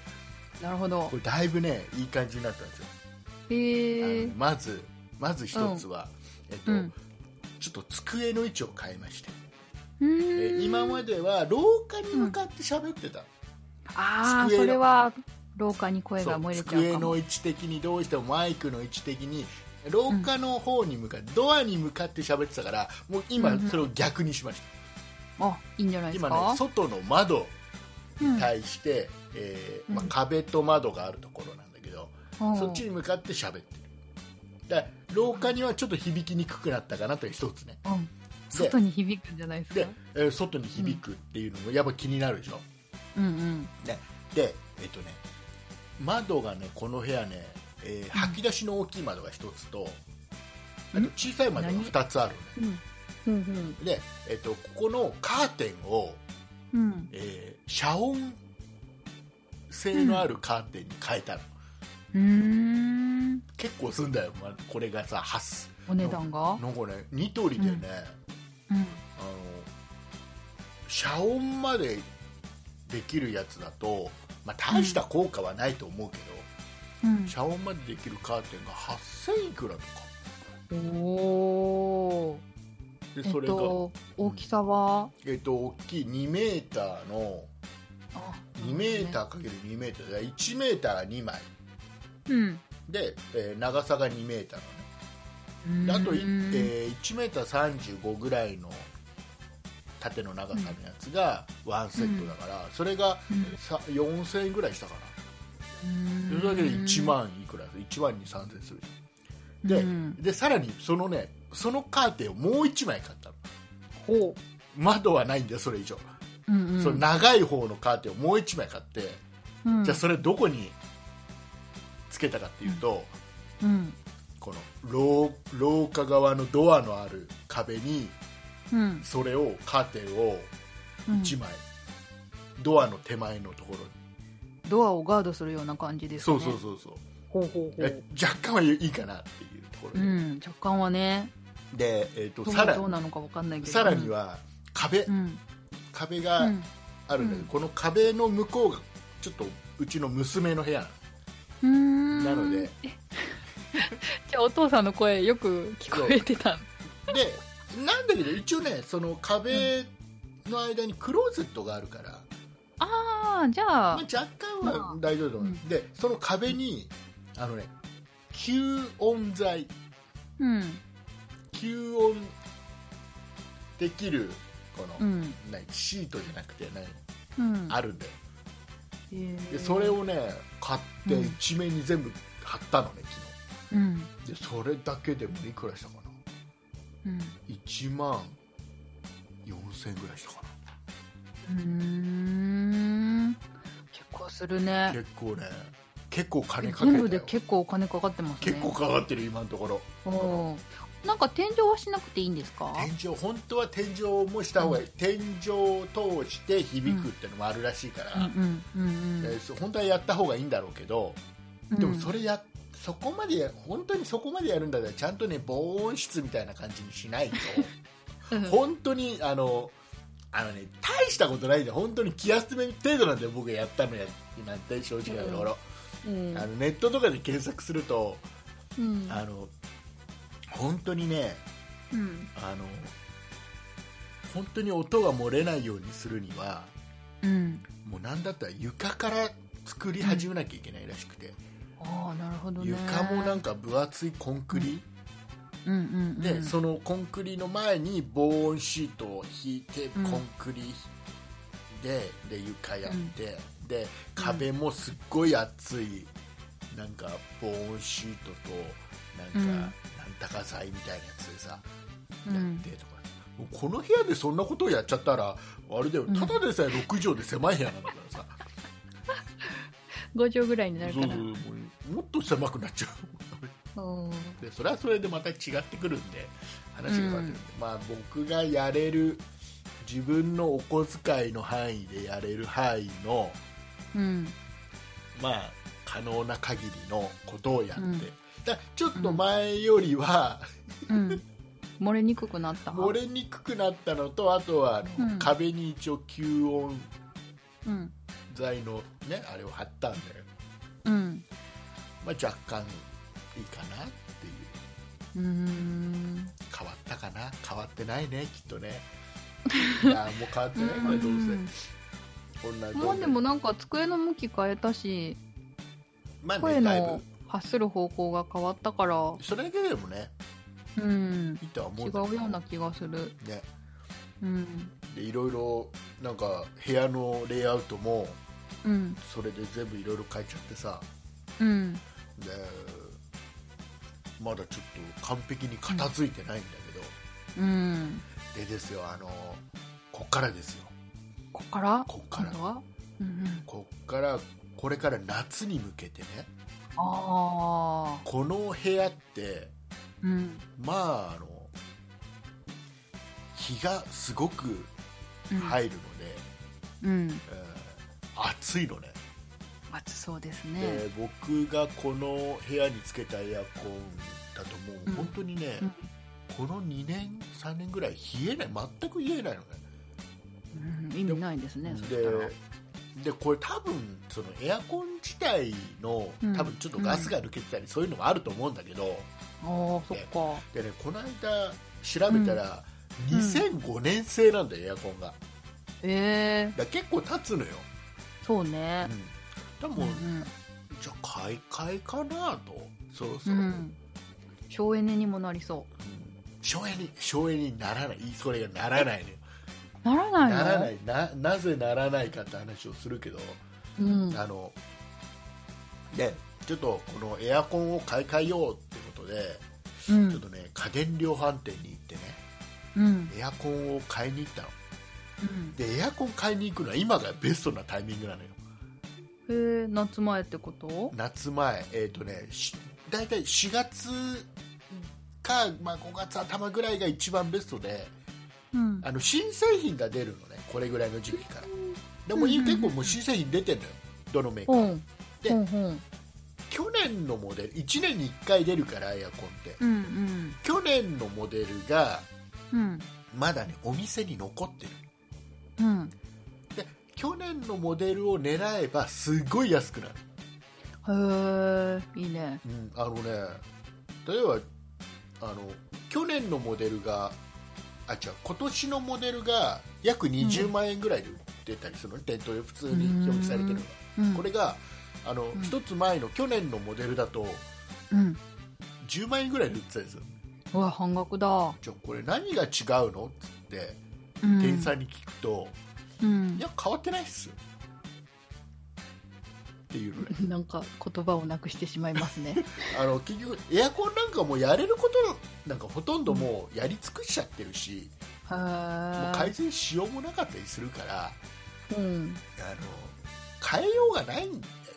S1: なるほど
S2: これだいぶねいい感じになったんですよ、あの
S1: へえ
S2: ねまずまず一つは、えっと
S1: うん
S2: ちょっと机の位置を変えまして、え
S1: ーん
S2: 今までは廊下に向かって喋ってた、
S1: ああ
S2: 机の
S1: それは廊下に声
S2: そう
S1: が漏れちゃう
S2: 机
S1: か
S2: の
S1: も
S2: 位置的にどうしてもマイクの位置的に廊下の方に向かって、ドアに向かって喋ってたからもう今
S1: うんうん
S2: それを逆にしまし
S1: あいいんじゃな
S2: た、
S1: いです
S2: 今ね
S1: か
S2: 外の窓
S1: うん
S2: に対して、えーまあ
S1: うん
S2: 壁と窓があるところなんだけど、
S1: うん
S2: そっちに向かって喋ってるだから廊下にはちょっと響きにくくなったかなという一つね
S1: うん外に響くんじゃないです
S2: で
S1: か、
S2: えー外に響くっていうのもやっぱ気になるでしょ、
S1: うんうん
S2: ね、でえっ、とね窓がねこの部屋ね、えー吐き出しの大きい窓が一つと、
S1: うん
S2: あと小さい窓が二つあるの
S1: うんうん
S2: ねで、えっとここのカーテンを、
S1: うんうん
S2: えー遮音性のあるカーテンに変えたの、
S1: うーん
S2: 結構すんだよ、まあ、これがさ発
S1: お値段が
S2: なんかねニトリでね、
S1: うんう
S2: あ
S1: ん
S2: の遮音までできるやつだと、まあ、大した効果はないと思うけど、
S1: うん
S2: 遮音までできるカーテンが8000いくらとか
S1: おお
S2: で
S1: えっ
S2: それが、えっと
S1: と大きさは
S2: 大きい2メーターの2メーターかける2メーターで1メーターが2枚
S1: ー
S2: で、えー長さが2メーター
S1: うん
S2: なのねであと、い
S1: うん
S2: えー1メーター35ぐらいの縦の長さのやつがワンセットだから、それが
S1: うん
S2: さ4000円ぐらいしたかなでそれだけで1万いくら1万2 3 0 0するで,、
S1: うん
S2: でさらにそのねそのカーテンをもう1枚買ったの
S1: ほ
S2: 窓はないんだよそれ以上、
S1: ううんうん
S2: その長い方のカーテンをもう1枚買って、
S1: うん
S2: じゃあそれどこにつけたかっていうと、
S1: うん
S2: この廊廊下側のドアのある壁に
S1: うん。
S2: それをカーテンを
S1: うん
S2: 1枚、ドアの手前のところに、
S1: ドアをガードするような感じですか
S2: そ
S1: ね。
S2: うそうそうそう
S1: ほうほうほう
S2: え。若干はいいかなっていうところ
S1: う
S2: で,、
S1: ん、若干はね、
S2: でえー、と
S1: どう
S2: さら
S1: どうなのかわかんないけど。
S2: さらには壁、
S1: うん、
S2: 壁
S1: う
S2: が
S1: ん、
S2: あるんだけど、
S1: うん
S2: この壁の向こうがちょっとうちの娘の部屋なの
S1: うん。
S2: なので。
S1: えじゃあお父さんの声よく聞こえてた。
S2: でなんだけど一応ねその壁の間にクローゼットがあるから、
S1: ああ、じゃ
S2: まあ
S1: あ、、
S2: 若干は大丈夫だと思う、
S1: まあ
S2: でその壁にあのね吸音材
S1: うん、
S2: 吸音できるこ
S1: う
S2: の、
S1: ん、
S2: 何シートじゃなくてね
S1: うん。
S2: あるんだよ
S1: へー
S2: でそれ、をね買って
S1: うん
S2: 一面に全部貼ったのね
S1: うん、
S2: 昨日でそれだけでもいくらしたかな
S1: うん。
S2: 1万4000円ぐらいしたか
S1: うーん結構する
S2: な
S1: ね
S2: 結構ね結構金かけたよ
S1: 全部で結構お金かかってますね
S2: 結構かかってる今のところ
S1: おーなんか天井はしなくていいんですか
S2: 天井本当は天井もした方がいい、天井を通して響くってのもあるらしいから、
S1: うんうんうん
S2: でそう本当はやった方がいいんだろうけど、
S1: うん
S2: でもそれやそこまでや本当にそこまでやるんだったらちゃんとね防音室みたいな感じにしないと
S1: うん
S2: 本当にあのあのね大したことないんだよ本当に気休め程度なんだよ僕がやったのやなんて正直なところ、
S1: うん
S2: あのネットとかで検索すると
S1: うん
S2: あの本当にね
S1: うん
S2: あの本当に音が漏れないようにするには
S1: うん
S2: もう何だったら床から作り始めなきゃいけないらしくて、
S1: ああなるほどね
S2: 床もなんか分厚いコンクリ、
S1: うんうん
S2: で、
S1: うん
S2: そのコンクリの前に防音シートを引いて、
S1: うん
S2: コンクリでで床やって、で壁もすっごい厚いなんか防音シートとなんか、
S1: うん
S2: なんだか材みたいなやつでさ、
S1: うん
S2: やってとかもうこの部屋でそんなことをやっちゃったらあれだよ
S1: うん
S2: ただでさえ6畳で狭い部屋なんだからさ、
S1: 5畳ぐらいになる
S2: そう
S1: か
S2: そう
S1: な
S2: もうもっと狭くなっちゃ
S1: おー
S2: うでそれはそれでまた違ってくるんで話が変わってくるんで、まあ、僕がやれる自分のお小遣いの範囲でやれる範囲の、
S1: うん
S2: まあ、可能な限りのことをやって、
S1: うん
S2: だからちょっと前よりは、
S1: うん漏れにくくなった
S2: 漏れにくくなったのとあとはあの、
S1: うん
S2: 壁に一応吸音
S1: うん
S2: 材の、ね、あれを貼ったんだよ
S1: うん
S2: まあ、若干いいかなって
S1: う
S2: いう
S1: ーん
S2: 変わったかな変わってないねきっとねいやもう変わってない これどうせこんな
S1: まあでも
S2: な、
S1: なんか机の向き変えたし
S2: まあ
S1: 声
S2: ね、だい
S1: の
S2: ぶ
S1: 発する方向が変わったから、
S2: それだけでもね
S1: うん、
S2: いいとは思
S1: 違
S2: うん
S1: う
S2: だけど
S1: ような気がする。
S2: ね
S1: うん、
S2: でいろいろなんか部屋のレイアウトも
S1: うん、
S2: それで全部いろいろ変えちゃってさ
S1: うん、
S2: でまだちょっと完璧に片付いてないんだけど、
S1: うん。
S2: でですよあのこっからですよ
S1: こっから
S2: こっから
S1: 今度はうんうん。
S2: こっからこれから夏に向けてね
S1: ああ、
S2: この部屋って
S1: うん、
S2: まああの日がすごく
S1: うん、い。
S2: 入るので、
S1: うん、
S2: えー暑いのね、
S1: 暑そうですね。
S2: で僕がこの部屋につけたエアコンだともう
S1: うん
S2: 本当にね、
S1: うん
S2: この2年3年ぐらい冷えない全く冷えないのね
S1: うん、意味ないですね。そし
S2: で
S1: たら。
S2: でこれ多分そのエアコン自体の
S1: うん
S2: 多分ちょっとガスが抜けてたり、そういうのもあると思うんだけど、
S1: ああ、そっか。
S2: でねこの間調べたら、
S1: うん
S2: 2005年製なんだよエアコンがだか
S1: ええ
S2: ら結構経つのよ、
S1: ー、そうね。
S2: で
S1: うん、
S2: も、
S1: うん、
S2: じゃあ買い替えかなとそろそうろ、
S1: ん。省エネにもなりそ
S2: 省エネ省エネにならないそれがならないのよ
S1: う。ならないの。
S2: ならないななぜならないかって話をするけど、
S1: うん。
S2: あのでちょっとこのエアコンを買い替えようってことで、
S1: う
S2: ちょっ
S1: ん。
S2: とね家電量販店に行ってね
S1: うん。
S2: エアコンを買いに行ったの
S1: うん。
S2: でエアコン買いに行くのは今がベストなタイミングなのよ
S1: えー、夏前ってこと
S2: 夏前えっ、とねし大体4月か、まあ、5月頭ぐらいが一番ベストで
S3: うん
S2: あの新製品が出るのねこれぐらいの時期からでも、
S3: うんうんうん
S2: 結構もう新製品出てるのよどのメーカ
S1: ほ
S2: ー、
S1: ん
S2: で
S1: ほんほん
S2: 去年のモデル1年に1回出るからエアコンって
S3: うん
S2: 去年のモデルが
S3: うん
S2: まだねお店に残ってる
S3: うん
S2: 去年のモデルを狙えばすごい安くなる、
S1: へえいいね
S2: うん、あのね例えばあの去年のモデルがあ違う今年のモデルが約20万円ぐらいで売ってたりするのね、店頭で普通に表示されてるのが
S3: うん
S2: これがあの、
S1: ん
S2: 一つ前の去年のモデルだと
S3: うん
S2: 10万円ぐらいで売ってたんですよ
S1: うわ半額だ
S2: じゃあこれ何が違うのってって
S3: うん
S2: 店員さんに聞くと、
S3: うん
S2: いや変わってないっすよっていうのね
S1: なんか言葉をなくしてしまいます ね
S2: あの結局エアコンなんかもうやれることなんかほとんどもうやり尽くしちゃってるし、
S1: へ
S2: もう
S1: え
S2: 改善しようもなかったりするからあ
S1: うん
S2: の変えようがないんだよね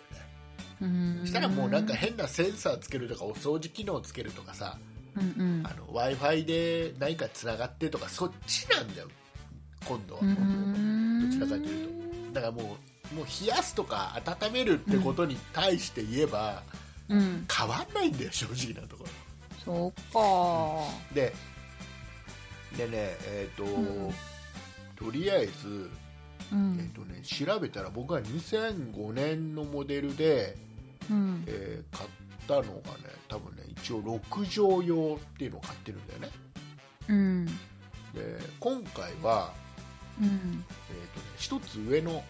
S1: うん
S2: そしたらもうなんか変なセンサーつけるとかお掃除機能つけるとかさ、
S3: うんうん
S2: あの w i f i で何かつながってとかそっちなんだよ今度は、
S3: うん
S2: どちらかというとだからもうもう冷やすとか温めるってことに対して言えば、
S3: うん
S2: 変わんないんだよ正直なところ
S1: そうか
S2: ででねえっ、と、
S1: うん
S2: とりあえず、
S3: う
S2: え
S3: ん
S2: ーとね、調べたら僕は2005年のモデルで、
S3: うん
S2: えー買ったのがね多分ね一応6畳用っていうのを買ってるんだよね
S3: うん
S2: で今回は
S3: うん
S2: えーとね、一つ上の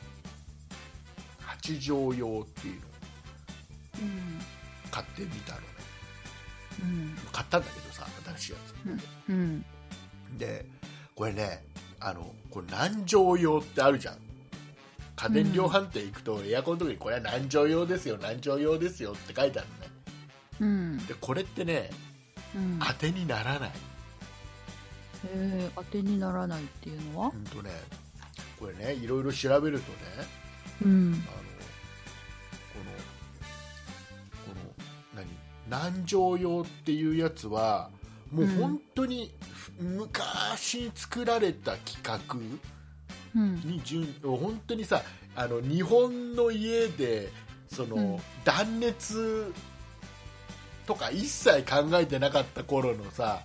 S2: 8畳用っていうのを買ってみたのね買ったんだけどさ新しいや
S3: うん
S2: つでこれねあのこれ何畳用ってあるじゃん家電量販店行くと、エアコンの時にこれは何畳用ですよ何畳用ですよって書いてあるのね
S3: うん
S2: でこれってね
S3: うん
S2: 当てにならない
S1: へえ当てにならないっていうのは
S2: うんとねこれねいろいろ調べるとね
S1: うん
S2: あのこのこの何南城用っていうやつはもう
S3: うん
S2: 本当にふ昔作られた企画
S3: うん
S2: に順本当にさあの日本の家でその、
S3: うん
S2: 断熱とか一切考えてなかった頃のさ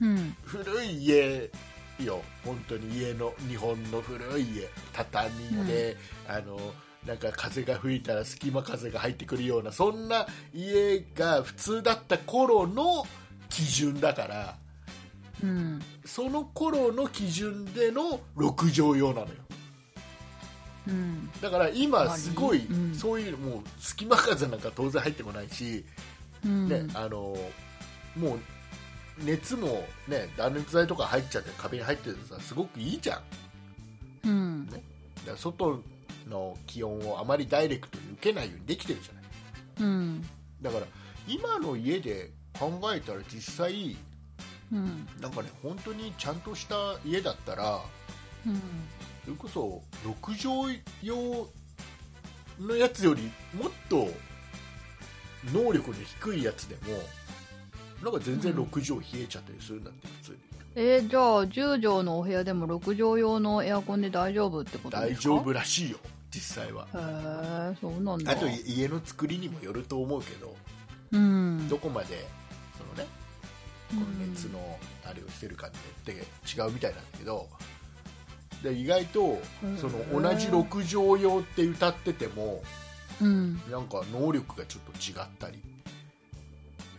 S3: うん
S2: 古い家よ本当に家の日本の古い家畳で、あのなんか風が吹いたら隙間風が入ってくるようなそんな家が普通だった頃の基準だから
S3: うん
S2: その頃の基準での6畳用なのよ
S3: うん
S2: だから今すごい、
S3: うん
S2: そういうもう隙間風なんか当然入ってこないし、
S3: うん
S2: ねあのもう熱も、ね、断熱材とか入っちゃって壁に入ってるとさすごくいいじゃん
S3: うん
S2: だから外の気温をあまりダイレクトに受けないようにできてるじゃない
S3: うん
S2: だから今の家で考えたら実際
S3: うん
S2: なんかね本当にちゃんとした家だったらそれこそ6畳用のやつよりもっと能力の低いやつでもなんか全然6畳冷えちゃったりするんだって普通に
S1: えーじゃあ10畳のお部屋でも6畳用のエアコンで大丈夫ってことで
S2: 大
S1: すか
S2: 丈夫らしいよ実際は
S1: へえそうなんだ
S2: あと家の作りにもよると思うけど
S3: うん
S2: どこまでそのねこの熱のあれをしてるかによって違うみたいなんだけどで意外と
S1: うん
S2: その同じ6畳用って歌ってても
S3: うん
S2: なんか能力がちょっと違ったり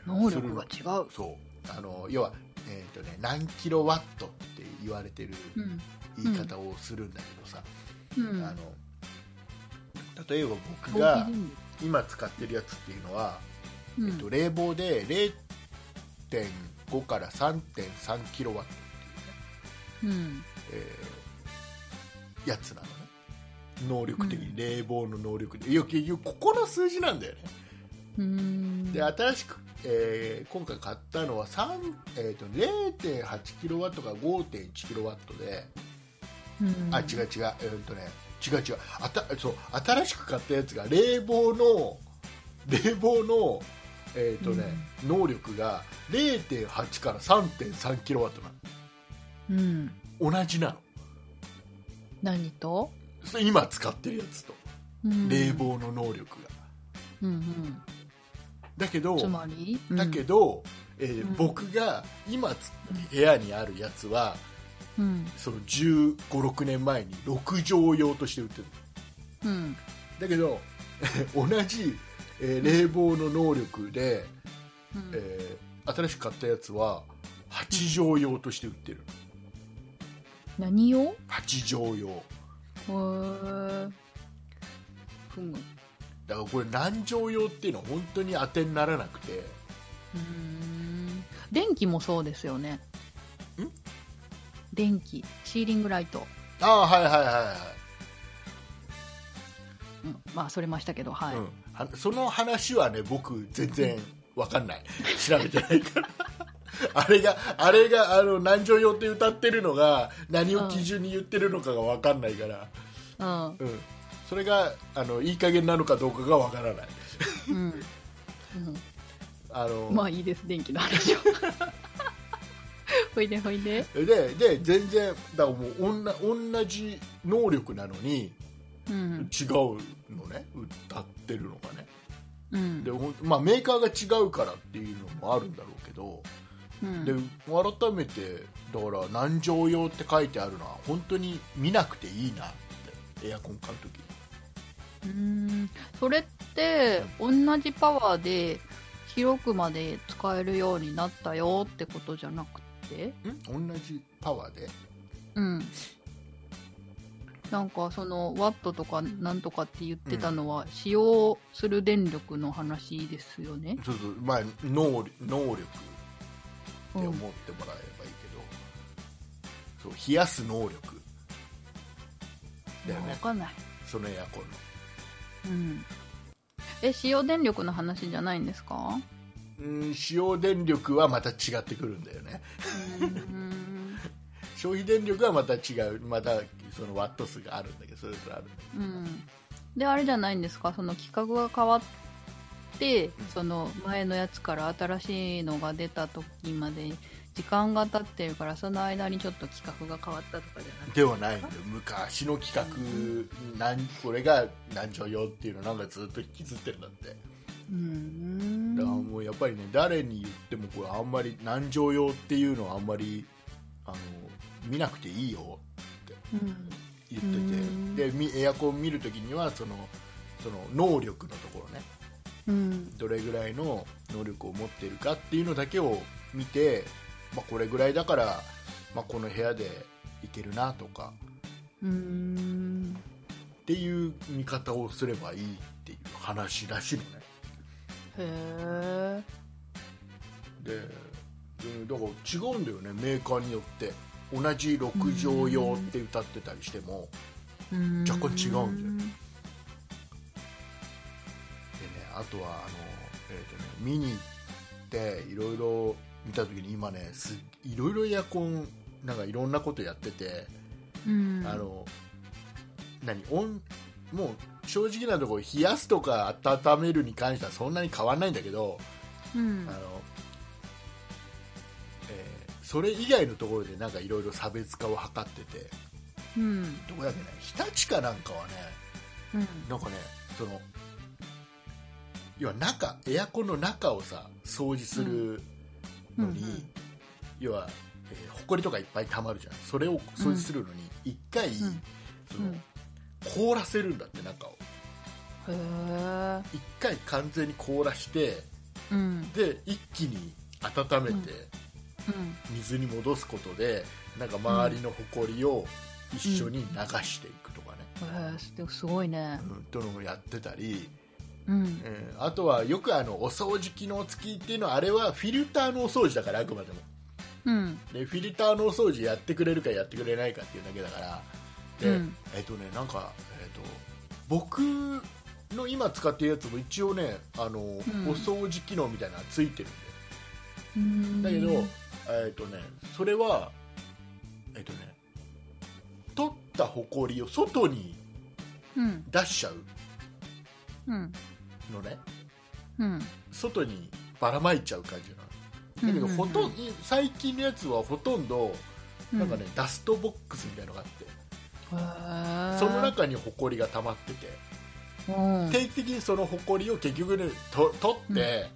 S1: 能力が違う
S2: そうあの要は、えーとね、何キロワットって言われてる
S3: うん
S2: 言い方をするんだけどさ、
S3: うん
S2: あの例えば僕
S1: 大
S2: が
S1: きいんだ
S2: 今使ってるやつっていうのは、
S3: う
S2: え
S3: ん
S2: っと、冷房で0.5から3.3キロワット
S3: うん
S2: えーやつなのね能力的に、冷房の能力でいや結局ここの数字なんだよね、
S3: うん
S2: で新しく、えー今回買ったのは3、えー、と0.8キロワットか5.1キロワットで、
S3: うん
S2: あ違う違うえーっ、とね違う違うあたそう新しく買ったやつが冷房の冷房のえーっ、とね、能力が0.8から3.3キロワットなの
S3: うん
S2: 同じなの
S1: 何と、
S2: それ今使ってるやつと
S1: うん
S2: 冷房の能力が
S1: うん
S2: だけど
S1: うん、つまり、
S2: だけど、えー
S1: うん
S2: 僕が今つ部屋にあるやつは
S1: うん、
S2: その1 5 6年前に6畳用として売って
S1: う
S2: る
S1: ん、
S2: だけど 同じ、えー冷房の能力で、
S1: うん
S2: えー新しく買ったやつは8畳用として売ってる
S1: 何をへ
S2: 8畳用
S1: ーふむ
S2: だからこれ何畳用っていうのは本当に当てにならなくて
S1: うーん電気もそうですよね
S2: ん
S1: 電気シーリングライト、
S2: ああはいはいはいはい
S1: うん、まあそれましたけどはい、
S2: うんは、その話はね僕全然わか んない調べてないからあれがあれがあの何畳用って歌ってるのが何を基準に言ってるのかがわかんないから、
S1: うん
S2: うん、それがあのいい加減なのかどうかがわからない
S1: うん
S2: あの、
S1: うん、まあいいです電気の話はほいでほいで
S2: でで全然だからもうおんな同じ能力なのに
S1: うん
S2: 違うのね歌ってるのがね
S1: うん
S2: で、ほんまあ、メーカーが違うからっていうのもあるんだろうけど、
S1: うん
S2: で改めてだから南城用って書いてあるのは本当に見なくていいなってエアコン買う時
S1: うーんそれって同じパワーで広くまで使えるようになったよってことじゃなくて
S2: ん同じパワーで
S1: うんなんかそのワットとかなんとかって言ってたのは、使用する電力の話ですよね、
S2: そうそうまあ能力能力って
S1: う
S2: 思
S1: ん
S2: ってもらえばいいけど、そう冷やす能力だよ
S1: わ
S2: ね
S1: かんない、
S2: そのエアコン
S1: うん、え使用電力の話じゃないんです か
S2: のうん使用電力はまた違ってくるんだよね
S1: うーん
S2: 消費電力はまた違うまたそのワット数があるんだけどそれぞれあるんだけ
S1: う
S2: ど
S1: ん、であれじゃないんですかその規格が変わってその前のやつから新しいのが出た時まで時間が経ってるからその間にちょっと規格が変わったとかじゃなくて
S2: ではないんだよ昔の企画なんこれが何畳よっていうのなんかずっと引きずってるんだってだか
S1: う
S2: ら
S1: ん
S2: もうやっぱりね誰に言ってもこれあんまり何畳用っていうのはあんまりあの見なくていいよ
S1: うん
S2: 言
S1: うん
S2: っててでみエアコン見るときにはそのその能力のところね
S1: うん
S2: どれぐらいの能力を持ってるかっていうのだけを見て、まあ、これぐらいだから、まあ、この部屋でいけるなとか
S1: うん
S2: っていう見方をすればいいっていう話らしいのね
S1: へえ
S2: で、うんだから違うんだよねメーカーによって同じ6畳用って歌ってたりしても若干違うん
S1: だよ
S2: で、ね、あとはあの、えーとね、見に行っていろいろ見た時に今ねすいろいろエアコンなんかいろんなことやってて、
S1: うん
S2: あの何温もう正直なところ冷やすとか温めるに関してはそんなに変わらないんだけど、
S1: うん
S2: あのえーそれ以外のところでなんかいろいろ差別化を図ってて
S1: うん
S2: どこだっけね日立かなんかはね
S1: うん
S2: なんかねその要は中エアコンの中をさ掃除するのに、
S1: うんうん
S2: 要は、えー、埃とかいっぱい溜まるじゃんそれを掃除するのに一回、
S1: ん
S2: その凍らせるんだって中を
S1: へえ
S2: 一回完全に凍らして
S1: うん
S2: で一気に温め
S1: う
S2: て、
S1: ん
S2: 水に戻すことでなんか周りのほこりを一緒に流していくとかね、
S1: うんへえすすごいね
S2: うん、というのをやってたり、
S1: うん
S2: うん、あとはよくあのお掃除機能付きっていうのはあれはフィルターのお掃除だからあくまでも
S1: うん
S2: でフィルターのお掃除やってくれるかやってくれないかっていうだけだからで、
S1: うん
S2: えっとねなんか、えっと僕の今使ってるやつも一応ねあの、お掃除機能みたいなのがついてるんで
S1: うん
S2: だけど、えっ、とね、それは、えっ、とね、取ったほこりを外に
S1: うん
S2: 出しちゃう
S1: うん
S2: のね、
S1: うん
S2: 外にばらまいちゃう感じなの。だけど、
S1: うんうんうん
S2: ほとんど、最近のやつはほとんど、なんかねダストボックスみたいなのがあって
S1: へー
S2: その中にホコリが溜まってて
S1: うん
S2: 定期的にそのホコリを結局ねと取って、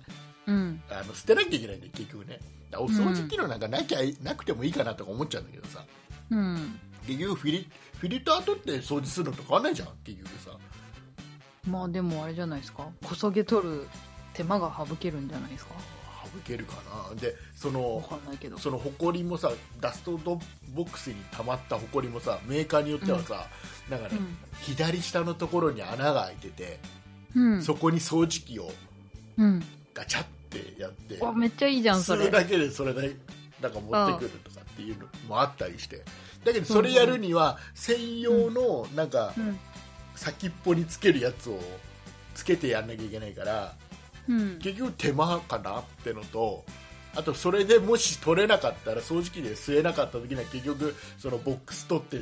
S1: うん
S2: あの捨てなきゃいけないんだよ結局ねだからお掃除機能なんかなきゃいなくてもいいかなとか思っちゃうんだけどさ
S1: うん
S2: 結局フィリフィルター取って掃除するのと変わんないじゃん結局さ
S1: まあでもあれじゃないですかこそげ取る手間が省けるんじゃないですか
S2: 省けるかなでその
S1: わかんないけど
S2: そのホコリもさダストボックスに溜まったホコリもさメーカーによってはさ、なんかね、
S1: うん
S2: 左下のところに穴が開いてて、
S1: うん
S2: そこに掃除機を
S1: うん
S2: ガチャってやって
S1: わめっちゃいいじゃんそ
S2: そ
S1: れ
S2: れだけでそれだけなんか持ってくるとかっていうのもあったりしてだけどそれやるには専用のなんか
S1: うん
S2: 先っぽにつけるやつをつけてやんなきゃいけないから
S1: うん
S2: 結局手間かなってのとあとそれでもし取れなかったら掃除機で吸えなかった時には結局そのボックス取って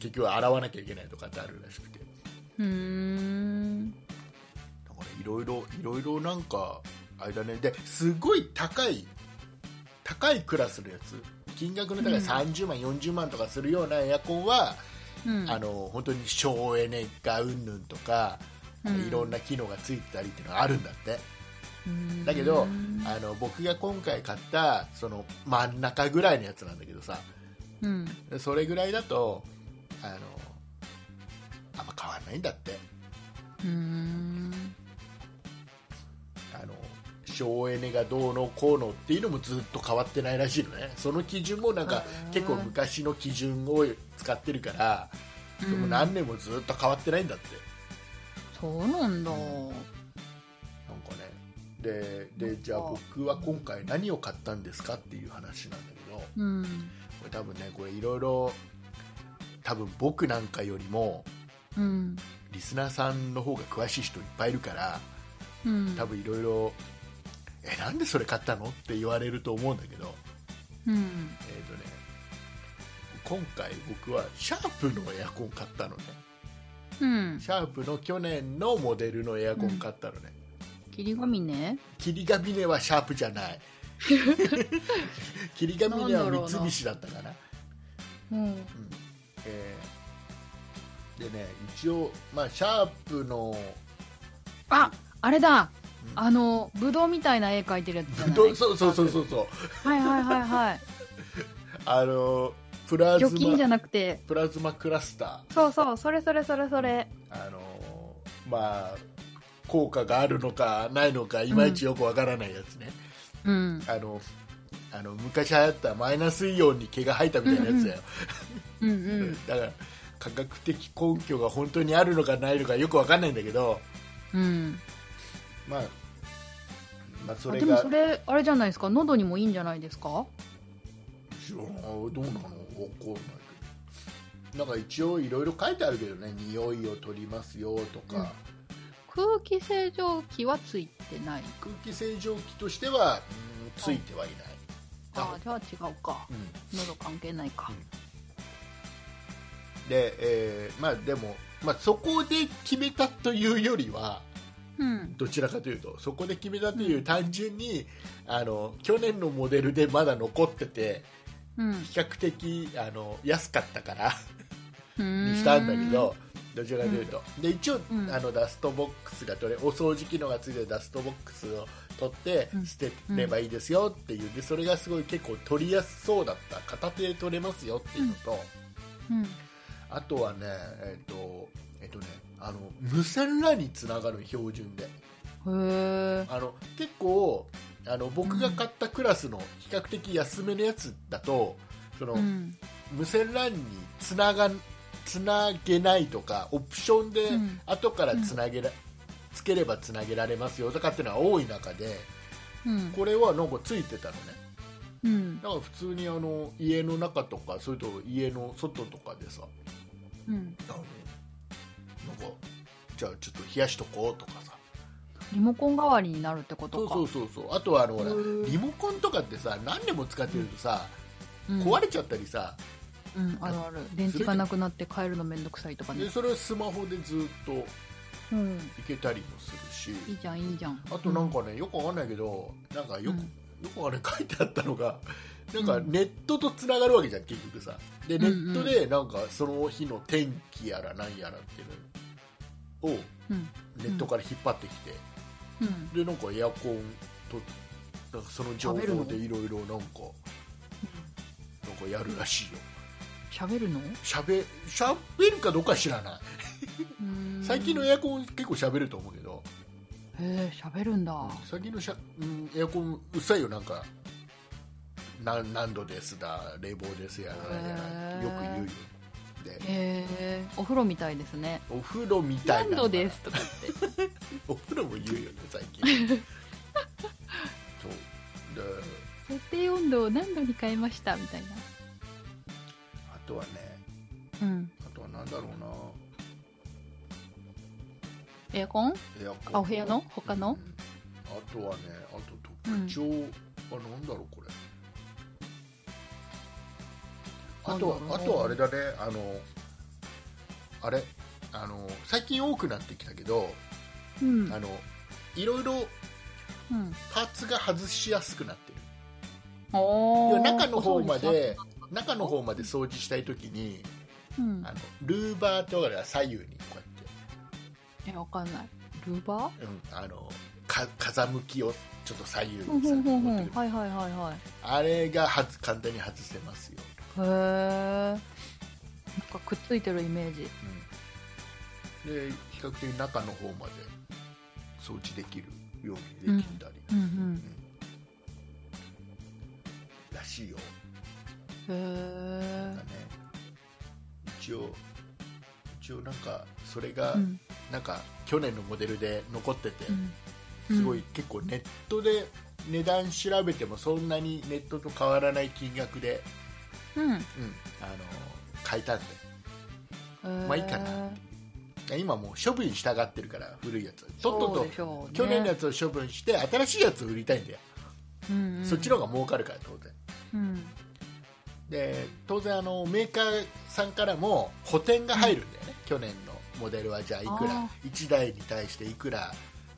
S2: 結局洗わなきゃいけないとかってあるらしくてだ
S1: うーん
S2: からいろいろいろいろなんかあれだねですごい高い高いクラスのやつ金額の高い30万、40万とかするようなエアコンは、
S1: うん
S2: あの本当に省エネがうんぬんとか、
S1: うん
S2: いろんな機能がついてたりっていうのがあるんだって。
S1: うん
S2: だけどあの僕が今回買ったその真ん中ぐらいのやつなんだけどさ
S1: うん
S2: それぐらいだとあのあんま変わんないんだって
S1: うーん
S2: あの省エネがどうのこうのっていうのもずっと変わってないらしいのねその基準もなんか
S1: へー
S2: 結構昔の基準を使ってるから、でも何年もずっと変わってないんだって
S1: そうなんだ
S2: なんかねででじゃあ僕は今回何を買ったんですかっていう話なんだけど、
S1: うん
S2: これ多分ねこれいろいろ多分僕なんかよりも
S1: うん
S2: リスナーさんの方が詳しい人いっぱいいるから
S1: うん
S2: 多分いろいろ「えなんでそれ買ったの?」って言われると思うんだけど
S1: うん
S2: えっ、とね今回僕はシャープのエアコン買ったのね
S1: うん
S2: シャープの去年のモデルのエアコン買ったのね、
S1: 霧がね
S2: 霧ヶ峰はシャープじゃない 霧ヶ峰は三菱だったかな
S1: うん
S2: えーでね一応、まあ、シャープの
S1: ああれだ
S2: うん
S1: あのブドウみたいな絵描いてるやつじゃない
S2: どそうそうそうそうそう
S1: はいはいはい はい
S2: あのプラズ
S1: 預金じゃ
S2: マ
S1: なくて
S2: プラズマクラスタ
S1: そうそうそれそれそれそれ
S2: ーあのまあ効果があるのかないのかいまいちよくわからないやつね、
S1: うん
S2: あのあの昔流行ったマイナスイオンに毛が生えたみたいなやつだよ、
S1: うんうん
S2: だから科学的根拠が本当にあるのかないのかよくわかんないんだけど、
S1: うん
S2: まあ、まあそ
S1: あ
S2: れ
S1: でも
S2: が
S1: それあれじゃないですか喉にもいいんじゃないですか
S2: いやーどうなのわかんないけどなんか一応いろいろ書いてあるけどね匂いを取りますよとか、
S1: うん空気清浄機はついてない
S2: 空気清浄機としては、うんついてはいない、
S1: あじゃあ違うか
S2: うん
S1: 喉関係ないか
S2: で、えーまあでも、まあ、そこで決めたというよりは
S1: うん
S2: どちらかというとそこで決めたという単純にあの去年のモデルでまだ残ってて
S1: うん
S2: 比較的あの安かったから
S1: に
S2: にしたんだけどどちらかというと、で一応、
S1: うん
S2: あのダストボックスが取れお掃除機能がついてるダストボックスを取って
S1: うん
S2: 捨てればいいですよっていうでそれがすごい結構取りやすそうだった片手で取れますよっていうのと、
S1: うん
S2: あとはねえっ、とえっ、とねあの無線 LAN につながる標準で
S1: へえ
S2: あの結構あの僕が買ったクラスの比較的安めのやつだとその、
S1: うん
S2: 無線 LAN につながつなげないとかオプションで
S1: うん
S2: 後からつなげら、つければつなげられますよとかっていうのは多い中で
S1: うん
S2: これはなんかついてたのね
S1: うん
S2: だから普通にあの家の中とかそれと家の外とかでさ
S1: うん
S2: あのなんかじゃあちょっと冷やしとこうとかさ
S1: リモコン代わりになるってこと
S2: そう
S1: か
S2: そうそうそうあとはあのほら
S1: うん
S2: リモコンとかってさ何年も使ってるとさ、
S1: うん
S2: 壊れちゃったりさ
S1: うんあるある電池がなくなって変えるのめんどくさいとかね
S2: でそれをスマホでずっとい
S1: うん
S2: けたりもするし
S1: いいじゃんいいじゃん
S2: あとなんかね、よくわかんないけどなんかよく,、
S1: うん
S2: よくあれ書いてあったのがなんかネットとつながるわけじゃん結局さでネットでなんかその日の天気やらなんやらっていうのを
S1: うん
S2: ネットから引っ張ってきて、
S1: うん
S2: でなんかエアコンとなんかその情
S1: 食べる
S2: 報
S1: の
S2: でいろいろなんかなんかやるらしいよ
S1: 喋るの
S2: しゃべしゃべるかどうかは知らない最近の
S1: へ
S2: エアコン結構しゃべると思うけど
S1: え喋るんだ
S2: 最近のしゃ、うん、エアコンうっさいよなんか何何度ですだ冷房ですやらなんやら
S1: へー
S2: よく言うよで
S1: へえお風呂みたいですね
S2: お風呂みたい
S1: 何
S2: な
S1: 度ですとか言って
S2: お風呂も言うよね最 近そうで
S1: 設定温度を何度に変えましたみたいな
S2: あとはね
S1: うん
S2: あとはなんだろう
S1: エアコン
S2: なエアコン
S1: あお部屋の他の
S2: うんあとはねあと特徴、あなんだろうこれあ
S1: な
S2: と
S1: んだろう
S2: はあ
S1: ね
S2: とはあれだねあのあれあの最近多くなってきたけど
S1: うん
S2: あのいろいろ
S1: うん
S2: パーツが外しやすくなってる
S1: お
S2: 要
S1: ー
S2: は中の方ま
S1: お掃除し
S2: で中の方まで掃除したいときに
S1: たうん
S2: あのルーバーとかが左右にこ
S1: えわかんないルバ
S2: うやって、うん、あのか風向きをちょっと左右に
S1: ーほんほ
S2: さ
S1: んほんほ
S2: 持っ
S1: ん
S2: てくる
S1: はいはいはいはい
S2: あれがはず簡単に外せますよ、
S1: へえんかくっついてるイメージ
S2: うん、で比較的中の方まで掃除できるようにできたり、
S1: うん
S2: らしいよ、
S1: うんへ
S2: だね、一応一応なんかそれが、
S1: えうん
S2: なんか去年のモデルで残ってて、
S1: うん
S2: すごい結構ネットで値段調べてもそんなにネットと変わらない金額で、
S1: うん
S2: うん、あの買えたんで
S1: ま
S2: まあいいかな今もう処分したがってるから古いやつとっとと
S1: と
S2: 去年のやつを処分して新しいやつを売りたいんだよ、
S1: うんうん
S2: そっちの方が儲かるから当然
S1: うん
S2: で当然あのメーカーさんからも補填が入るんだよね、去年のモデルはじゃあいく
S1: あ
S2: ら1台に対していくら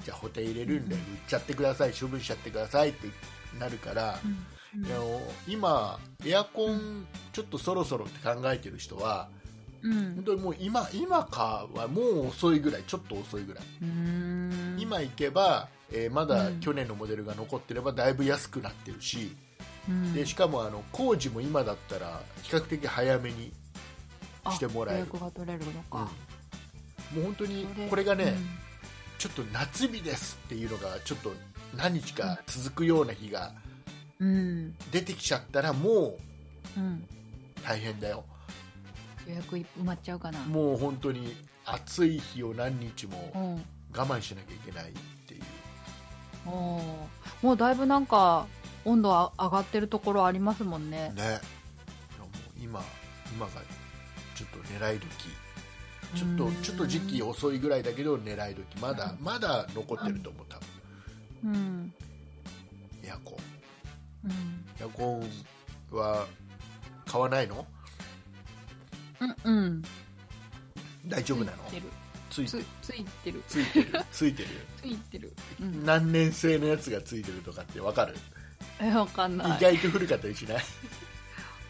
S2: じゃあ補填入れるんで売っちゃってください処分しちゃってくださいってなるから、
S1: うん
S2: いや今エアコンちょっとそろそろって考えてる人は
S1: うん
S2: 本当にもう今今かはもう遅いぐらいちょっと遅いぐらい、
S1: うん
S2: 今行けば、えーまだ
S1: うん
S2: 去年のモデルが残ってればだいぶ安くなってるし、
S1: うん
S2: でしかもあの工事も今だったら比較的早めにしてもらえる
S1: あ予約が取れるのか
S2: もう本当にこれがね、ちょっと夏日ですっていうのがちょっと何日か続くような日が
S1: うんうん
S2: 出てきちゃったらも
S1: うん
S2: う大変だよ
S1: 予約埋まっちゃうかな
S2: もう本当に暑い日を何日
S1: う
S2: も
S1: ん
S2: 我慢しなきゃいけないっていう
S1: おーもうだいぶなんか温度あ上がってるところありますもんね
S2: ねいやもう今今がちょっと狙い時ちょっ
S1: う
S2: と
S1: ん
S2: ちょっと時期遅いぐらいだけど狙い時まだまだ残ってると思う多分
S1: うん
S2: エアコン
S1: うん
S2: エアコンは買わないの
S1: うんうん
S2: 大丈夫なの
S1: ついてる
S2: ついて
S1: つ
S2: る
S1: ついてる
S2: ついてるついてる
S1: ついてるうん
S2: 何年製のやつがついてるとかってわかる、
S1: えわかんな
S2: 意
S1: い
S2: 外と古かったりしない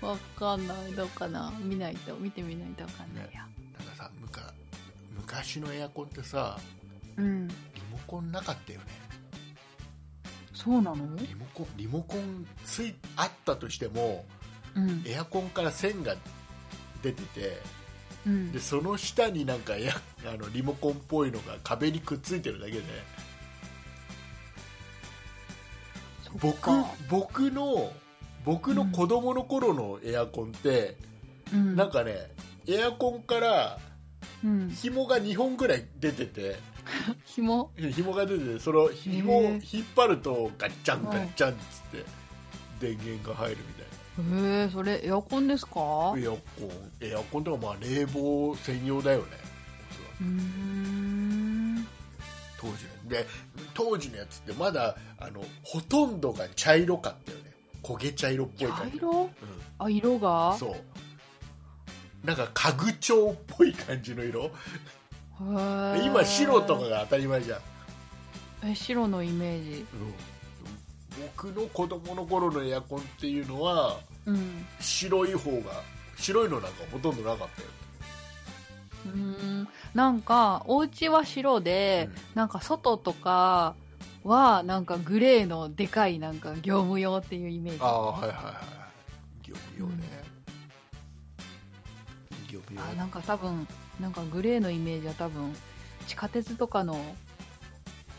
S1: わかんないどうかな見ないと見てみないとわかんないや、
S2: なんかさむか昔のエアコンってさ
S1: うん
S2: リモコンなかったよね
S1: そうなの
S2: リモコンリモコンついあったとしても
S1: うん
S2: エアコンから線が出てて
S1: うん
S2: でその下になんかエアあのリモコンっぽいのが壁にくっついてるだけで
S1: そっ
S2: 僕
S1: か
S2: 僕の僕の子供の頃のエアコンって、
S1: うん
S2: なんかねエアコンから
S1: うん
S2: 紐が2本ぐらい出てて
S1: 紐
S2: 紐が出ててその紐を
S1: へ
S2: 引っ張るとガッチャンガ
S1: はい
S2: ッチャンっつって電源が入るみたい
S1: へえそれエアコンですか
S2: なエアコンエアコンとかまあ冷房専用だよね
S1: うーん
S2: 当時ので当時のやつってまだあのほとんどが茶色かったよね焦げ茶色っぽい
S1: 茶
S2: 感じ、う
S1: 色
S2: ん、
S1: あ色が
S2: そうなんか家具調っぽい感じの色
S1: へ
S2: で
S1: え
S2: 今白とかが当たり前じゃん
S1: え白のイメージ
S2: うん僕の子供の頃のエアコンっていうのは
S1: うん
S2: 白い方が白いのなんかほとんどなかったよ、
S1: うーんなんかお家は白で、なんか外とかはなんかグレーのでかいなんか業務用っていうイメージ
S2: ああはいはいはい業務用ね、業務
S1: あ
S2: 用
S1: なんか多分なんかグレーのイメージは多分地下鉄とかの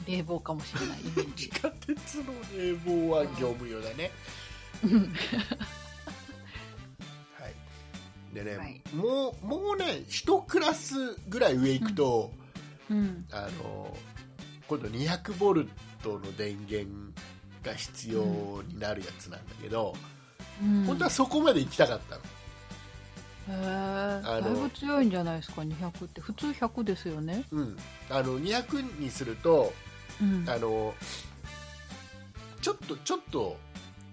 S1: 冷房かもしれないイメー
S2: 地
S1: ジ
S2: 下鉄の冷房は業務用だね、
S1: うん
S2: はい、でね、
S1: はい
S2: もうもうね一クラスぐらい上行くと、
S1: うん
S2: あの今度200ボルトの電源が必要になるやつなんだけど、
S1: うん
S2: 本当はそこまで行きたかったの
S1: へ
S2: の
S1: えだいぶ強いんじゃないですか200って普通100ですよね
S2: うん、あの200にすると
S1: うん
S2: あのちょっとちょっと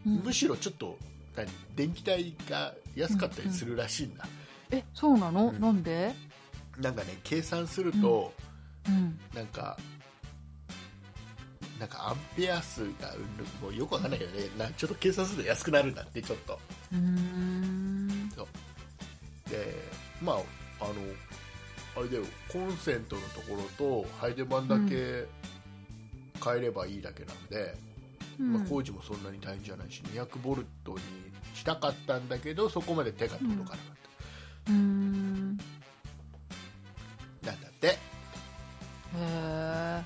S1: うん
S2: むしろちょっと何電気代が安かったりするらしいんだ、
S1: えそうなの、
S2: うん
S1: なんで
S2: なんかね計算すると、
S1: うん
S2: なんかなんかアンペア数がうんぬんもうよくわかんないけどねなちょっと計算すると安くなるんだってちょっと
S1: うーん
S2: でまああのあれだよコンセントのところと配電盤だけ変えればいいだけなんで、まあ、工事もそんなに大変じゃないし200ボルトにしたかったんだけどそこまで手が届かなかっ
S1: うーん
S2: た、なんだってだか
S1: へえ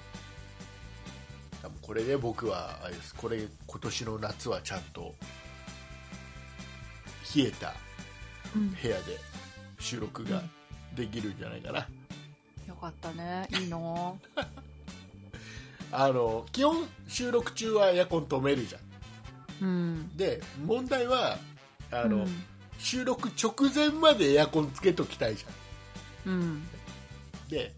S2: らもうこれで僕はあれですこれ今年の夏はちゃんと冷えた
S1: うん
S2: 部屋で収録ができるんじゃないかな、
S1: よかったねいいの
S2: あの基本収録中はエアコン止めるじゃん
S1: うん
S2: で問題はあの、
S1: うん
S2: 収録直前までエアコンつけときたいじゃん
S1: うん
S2: で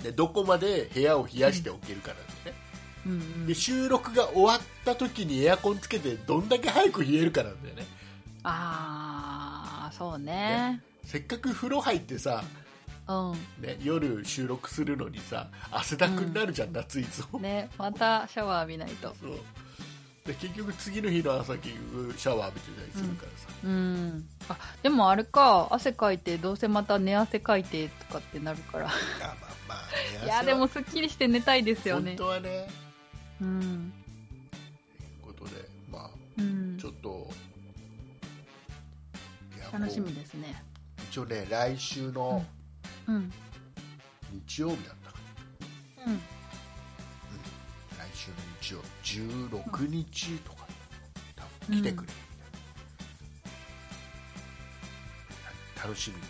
S2: でどこまで部屋を冷やしておけるかなんでね、
S1: うんうん
S2: で収録が終わった時にエアコンつけてどんだけ早く冷えるかなんだよね
S1: ああそうね
S2: せっかく風呂入ってさ、
S1: う
S2: ね、夜収録するのにさ汗だくになるじゃん、夏いつ も、
S1: んねまたシャワー浴びないと
S2: そうで結局次の日の朝結局シャワー浴びてたりするからさ、
S1: うんあでもあれか汗かいてどうせまた寝汗かいてとかってなるから
S2: あまあまあね
S1: い
S2: 汗は
S1: やでもすっきりして寝たいですよ
S2: 本
S1: ね
S2: 当はね
S1: うん
S2: ということでまあ
S1: うん
S2: ちょっといや
S1: 楽しみ
S2: こ
S1: ですね
S2: う一応ね来週の
S1: うん
S2: 日曜日だったか
S1: うん
S2: な、来週の日曜日16日とか、多分来てくれるみたいな、はい楽しみに、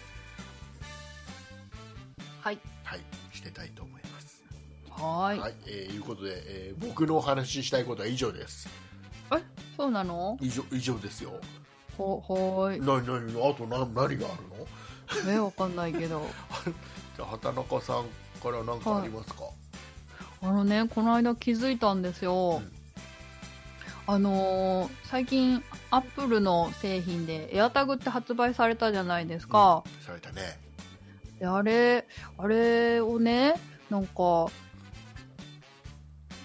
S1: はい
S2: はい、してたいと思います
S1: はーい
S2: はい、えーいうことで、えー僕のお話ししたいことは以上です
S1: えそうなの
S2: 以上以上ですよ
S1: ほはーい
S2: 何何あと何何があるの
S1: えわかんないけど
S2: じゃあ畑中さんから何かありますか、
S1: あのねこの間気づいたんですよ、
S2: うん
S1: あのー最近アップルの製品で AirTag って発売されたじゃないですか、
S2: うんされたね
S1: であれあれをねなんか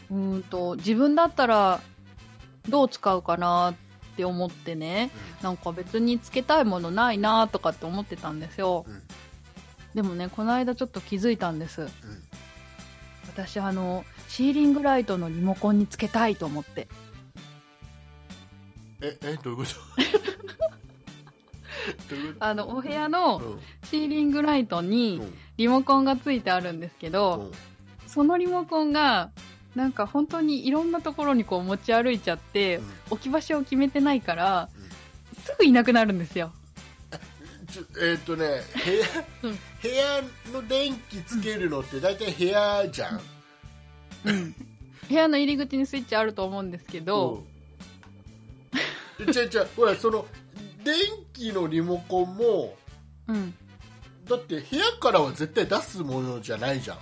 S1: うーんと自分だったらどう使うかなって思ってねなんか別につけたいものないなとかって思ってたんですよ
S2: うんうん
S1: でもねこの間ちょっと気づいたんです
S2: うん
S1: 私あのシーリングライトのリモコンにつけたいと思って
S2: ええどういうこと どういうこ
S1: あのお部屋
S2: と
S1: のシーリングライト
S2: うん
S1: にリモコンがついてあるんですけ
S2: うん
S1: ど、
S2: うん
S1: そのリモコンがなんか本当にいろんなところにこう持ち歩いちゃって、
S2: うん
S1: 置き場所を決めてないから、すぐいなくなるんですよ
S2: ちょえーっとね部
S1: う
S2: 屋、
S1: ん
S2: 部屋の電気つけるのって大体部屋じゃん、
S1: 部屋の入り口にスイッチあると思うんですけど、
S2: うんちゃちゃほらその電気のリモコンも
S1: うん
S2: だって部屋からは絶対出すものじゃないじゃん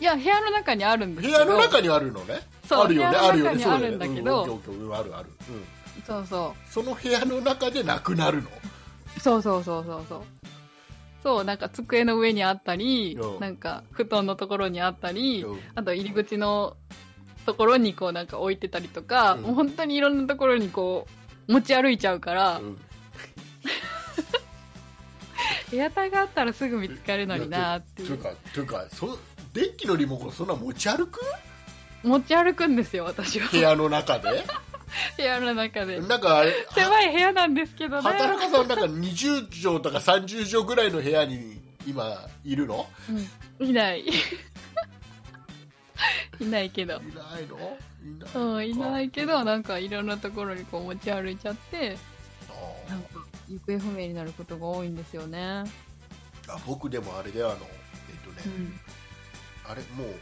S1: いや部屋の中にあるんです
S2: 部
S1: けど
S2: 屋の中にあるのね
S1: そう
S2: あるよ
S1: 部
S2: ね
S1: 屋の
S2: あるよ
S1: 中
S2: ね
S1: に
S2: そう
S1: あ
S2: よね
S1: るんだけど
S2: うんオッケーオッケーうんあるある、うん
S1: そうそう
S2: その部屋の中でなくなるの
S1: そうそうそうそうそう。そう、なんか机の上にあったり
S2: うん、
S1: なんか布団のところにあったり
S2: うん、
S1: あと入り口のところにこうなんか置いてたりとか、
S2: うん
S1: もう本当にいろんなところにこう持ち歩いちゃうから、
S2: うん
S1: エアタイがあったらすぐ見つかるのになーって
S2: と
S1: い
S2: いう
S1: う
S2: かというかそ電気のリモコンそんな持ち歩く
S1: 持ち歩くんですよ私は
S2: 部屋の中で
S1: 部屋の中で
S2: なんかあれ
S1: 狭い部屋なんですけどね
S2: 畑中さんなんか20畳とか30畳ぐらいの部屋に今いるの
S1: いない いないけど
S2: いないのいないの
S1: うんいないけどなんかいろんなところにこう持ち歩いちゃって
S2: あ
S1: なんか行方不明になることが多いんですよね、
S2: ーあ僕でもあれであのえっ、とね、
S1: うん、
S2: あれもう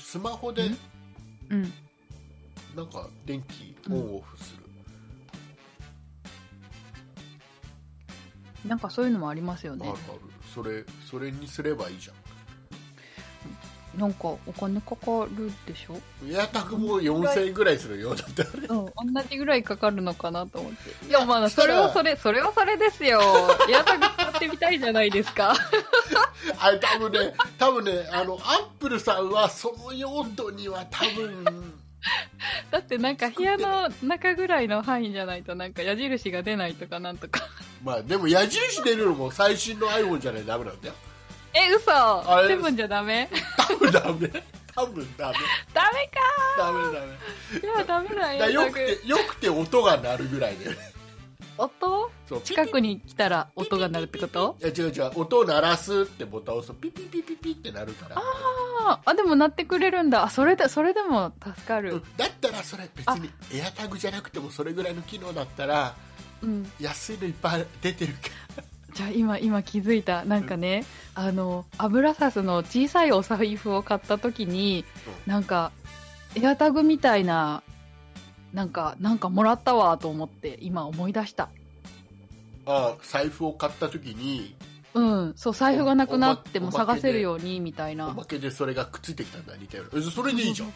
S2: スマホで
S1: んうん
S2: なんか電気オンオフする、
S1: なんかそういうのもありますよ
S2: あ
S1: ね
S2: るあるそれそれにすればいいじゃ
S1: なんかお金かかるでしょ
S2: んエアタグも4000円ぐらいするよだって
S1: うん、同じぐらいかかるのかなと思って。
S2: い
S1: い
S2: や
S1: や、まあ、
S2: した
S1: そ
S2: ら
S1: れはそれ、それはそれですよ。エアタグ使ってみたいじゃないですか。
S2: あれ多分ね多分ねあのアップルさんはその用途には多 分
S1: だってなんか部屋の中ぐらいの範囲じゃないと、なんか矢印が出ないとかなんとか。
S2: まあでも矢印出るのも最新の iPhone じゃないとダメなんだよ
S1: え、嘘
S2: あれ
S1: セブンじゃダメ
S2: 多分ダメ多分ダメ
S1: ダメか
S2: ダメダメ
S1: いや、ダメだ、
S2: だ
S1: エ
S2: から
S1: ア
S2: よ
S1: タ
S2: く
S1: グ。
S2: てよくて音が鳴るぐらいで
S1: 音
S2: そう
S1: 近くに来たら音が鳴るってこと
S2: いや違う違う音を鳴らすってボタンを押すとピピピピピってなるから
S1: ああ、でも鳴ってくれるんだ。あ、それで、それでも助か
S2: う
S1: る
S2: ん。だったらそれ別にエアタグじゃなくてもそれぐらいの機能だったら
S1: うん。
S2: 安いのいっぱい出てるか
S1: じゃあ今今気づいたなんかね、あの油さすの小さいお財布を買った時に、なんかエアタグみたいななんかなんかもらったわと思って今思い出した
S2: らああ財布を買った時に
S1: うんそう財布がなくなって
S2: お
S1: も
S2: おまけで
S1: 探せるようにみたい
S2: お
S1: な
S2: まけでそれがくっついてきたんだ似たようなえそれでいいじゃん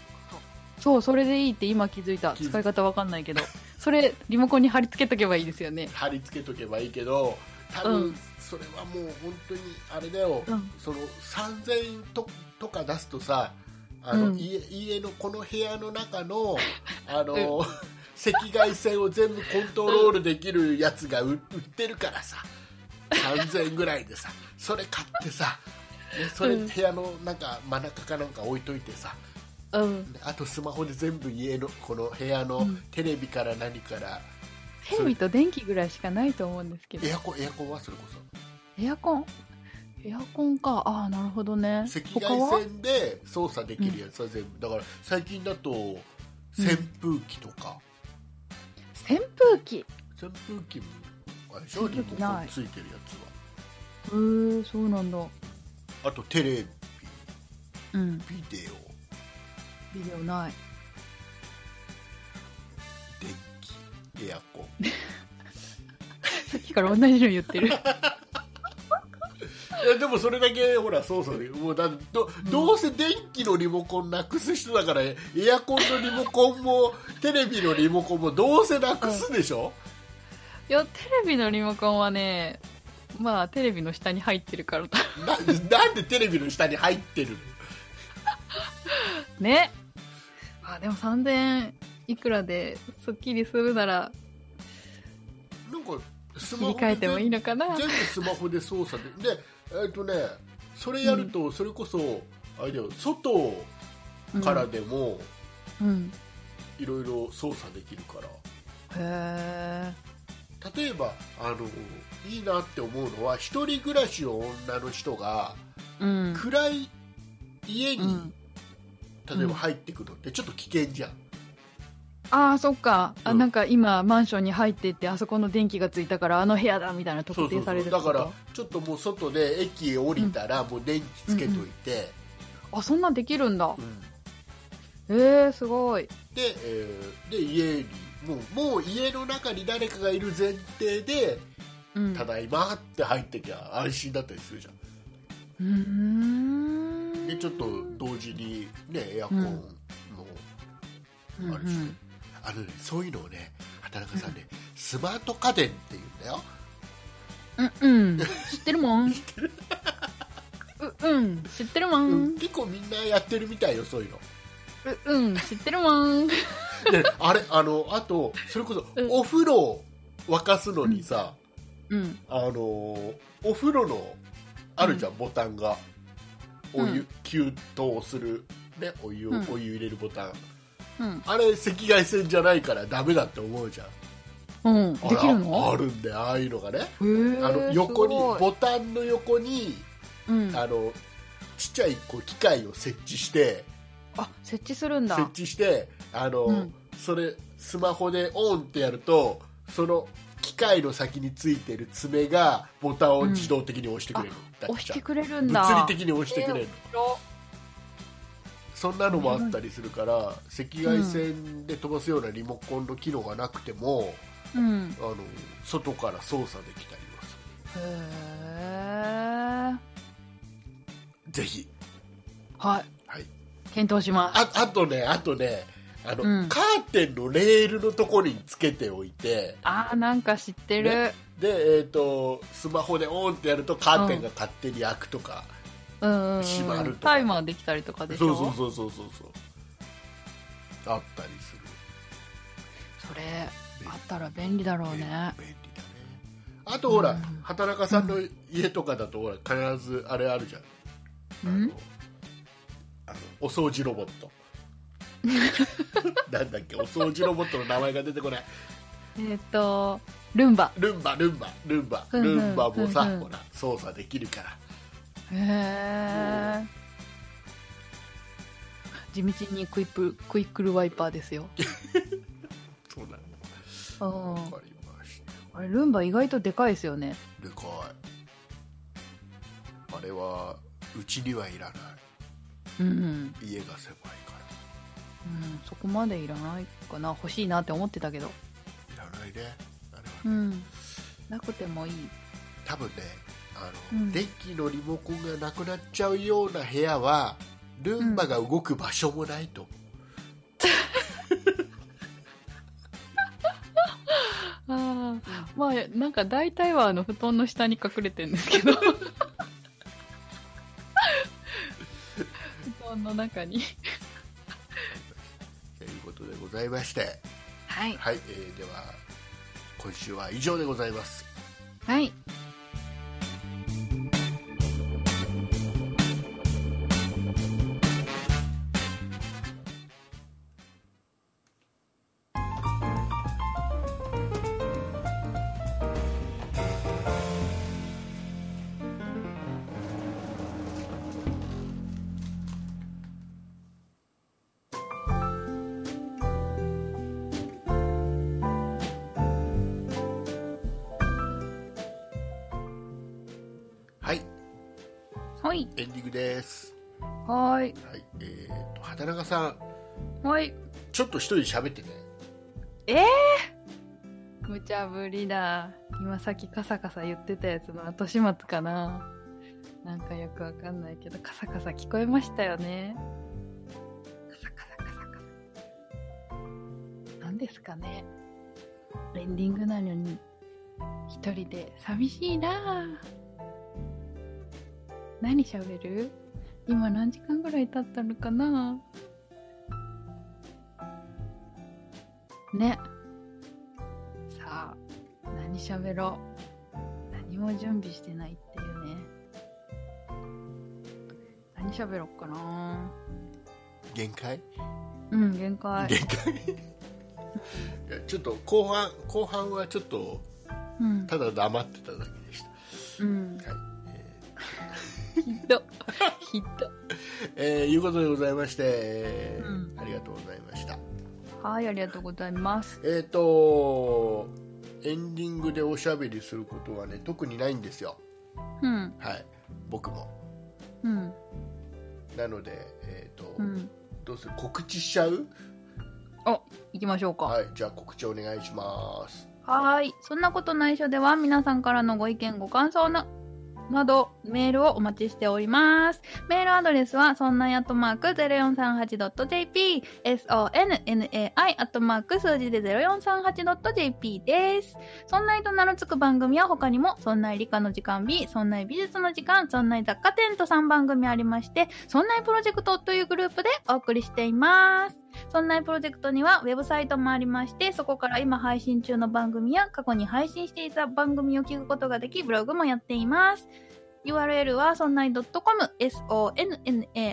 S1: そうそれでいいって今気づいた
S2: 気づいた
S1: 使い方わかんないけどそれリモコンに貼り付けとけばいいですよね
S2: 貼り付けとけばいいけど多分、
S1: うん
S2: それはもう本当にあれだよ、
S1: うん
S2: その3000円ととか出すとさあの、
S1: うん
S2: 家家のこの部屋の中 のあの、赤外線を全部コントロールできるやつが売売ってるからさ3000円ぐらいでさそれ買ってさ、ね、それ
S1: うん
S2: 部屋のなんか真ん中かなんか置いといてさ
S1: うん
S2: あとスマホで全部家のこの部屋のテレビから何から、
S1: テレビと電気ぐらいしかないと思うんですけど
S2: エアコンエアコンはそれこそ
S1: エアコンエアコンかああなるほどね
S2: 赤
S1: 他は
S2: 外線で操作できるやつは全部だから最近だと扇風機とか、
S1: 扇風機
S2: 扇風機もあれでしょリ
S1: 扇風機
S2: モコ
S1: な
S2: ン
S1: い
S2: ついてるやつ
S1: へえそうなんだ
S2: はあとテレビ
S1: うん
S2: ビデオ
S1: ビデオない
S2: 電気エアコン
S1: さっきから同じの言って る
S2: いやでもそれだけほら操作でもうだどどうせ電気のリモコンなくす人だからエアコンのリモコンもテレビのリモコンもどうせなくすでしょ、
S1: いやテレビのリモコンはねまあテレビの下に入ってるからだ
S2: な なんでテレビの下に入ってるの
S1: ねあでも3000円いくらでスッキリするなら
S2: なんかス
S1: 切り替えてもいいのかな
S2: 全部スマホで操作ででえっ、とねそれやるとそれこそ、あれだよ外からでも
S1: うん、うん
S2: いろいろ操作できるか
S1: へ
S2: ら、
S1: え
S2: 例えばあのいいなって思うのは一人暮らしの女の人が
S1: うん
S2: 暗い家に、
S1: うん
S2: 例えば入ってくるのってちょっと危険じゃん、
S1: ああそっかあ、
S2: うん
S1: なんか今マンションに入ってってあそこの電気がついたからあの部屋だみたいな
S2: そ
S1: 特
S2: うそ
S1: 定
S2: うそ
S1: される
S2: う
S1: って
S2: だ
S1: こと
S2: からちょっともう外で駅へ降りたらもう電気つけといて、
S1: あそんなんできるんだ
S2: うん
S1: へえすごい
S2: で,、えーで家にもうもう家の中に誰かがいる前提で
S1: うん
S2: 「ただいま」って入ってきゃ安心だったりするじゃん
S1: うーん
S2: でちょっと同時に、ね、エアコン
S1: うん
S2: も
S1: うん
S2: あるし、
S1: うん
S2: あのね、そういうのをね畑中さんね、スマート家電っていうんだよ
S1: うん、うん、知ってるもん。う、うん、知ってるもん。
S2: 結構みんなやってるみたいよそういうの
S1: ううん知ってるもん
S2: であれあのあとそれこそ
S1: うん
S2: お風呂を沸かすのにさ、
S1: うん
S2: あのーお風呂のあるじゃん、ボタンがお湯、
S1: う
S2: 給湯するねお湯を、
S1: うん
S2: お湯入れるボタン
S1: うん
S2: あれ赤外線じゃないからダメだって思うじゃん
S1: うんで
S2: あ
S1: きる
S2: ら
S1: の
S2: あるんだよああいうのがね
S1: へー
S2: あの横に
S1: すごい
S2: ボタンの横に
S1: うん、
S2: あのちっちゃいこう機械を設置して
S1: あ設置するん
S2: 設
S1: だ
S2: 置してあの、
S1: うん
S2: それスマホでオンってやるとその機械の先についてる爪がボタンを自動的に押してくれる、だっ
S1: 押
S2: ち
S1: し
S2: ゃ
S1: て
S2: ん
S1: くれるんだ
S2: 物理的に押してくれる、
S1: えー面白
S2: そんなのもあったりするから赤外線で飛ばすようなリモコンの機能がなくても、
S1: うん
S2: あの外から操作できたりはす
S1: へー
S2: るぜひ
S1: はい
S2: はい
S1: 検討します
S2: ああとねあとねあの、
S1: うん
S2: カーテンのレールのところにつけておいて
S1: あーなんか知ってる、
S2: ねで、えー、とスマホでオンってやるとカーテンが勝手に開くとか、
S1: うんうんうん
S2: 閉まるとか
S1: タイマーできたりとかでし
S2: そ
S1: ょ
S2: うそうそうそうそうそうあったりする
S1: それあったら便利だろう
S2: 便利
S1: ね
S2: だねあとほら、
S1: うん
S2: 畑中さんの家とかだとほら必ずあれあるじゃんあ
S1: う
S2: の
S1: ん
S2: あのお掃除ロボット なんだっけお掃除ロボットの名前が出てこない
S1: えっ、とルンバ
S2: ルンバルンバルンバ
S1: うんうん
S2: ルンバもさ、
S1: うんうん
S2: ほら操作できるから
S1: へえ地道にクイップクイックルワイパーです よ、
S2: そうなんだ
S1: う
S2: わ
S1: ん、
S2: かりました
S1: あれルンバ意外とでかいですよね
S2: でかいあれはうちにはいらな
S1: うん、うん
S2: い家が狭いか
S1: うん、そこまでいらないかな欲しいなって思ってたけど
S2: らいらないねあれはね
S1: うんなくてもいい
S2: 多分ねあ
S1: う
S2: の、
S1: ん
S2: 電気のリモコンがなくなっちゃうような部屋はルンバが動く場所もないと思
S1: ああまあなんか大体はあの布団の下に隠れてるんですけど 布団の中に
S2: うということでございまして
S1: はい
S2: はい、えーでは今週は以上でございます
S1: はい
S2: はい
S1: はい
S2: エンディングです
S1: はい
S2: はいえー、と畑中さん
S1: はい
S2: ちょっと一人で喋ってね
S1: 無茶ぶりだ今さっきカサカサ言ってたやつの後始末かななんかよくわかんないけどカサカサ聞こえましたよねカサカサカサカサ何ですかねエンディングなのに一人で寂しいな何喋る今何時間ぐらい経ったのかなねさあ何喋ろう何も準備してないっていうね何喋ろっかな
S2: 限界
S1: うん限界
S2: 限界 いやちょっと後半後半はちょっと
S1: うん、
S2: ただ黙ってただけでした
S1: うん、
S2: はい
S1: ひど ひど
S2: えーいうことでございまして、えー
S1: うん
S2: ありがとうございました
S1: はいありがとうございます
S2: えっ、とエンディングでおしゃべりすることはね特にないんですよ
S1: うん
S2: はい僕も
S1: うん
S2: なので、えーと
S1: うん
S2: どうする告知しちゃう
S1: お行きましょうか
S2: はいじゃあ告知お願いします
S1: はーい。そんなことないしょでは、皆さんからのご意見、ご感想の、などメールをお待ちしております。メールアドレスはそんなやとマーク 0438.jp sonnai アットマーク数字で 0438.jp です。そんないと名の付く番組は他にもそんない理科の時間 B、そんない美術の時間、そんない雑貨店と3番組ありまして、そんないプロジェクトというグループでお送りしています。そんないプロジェクトにはウェブサイトもありまして、そこから今配信中の番組や過去に配信していた番組を聞くことができ、ブログもやっています。URL はそんない .com、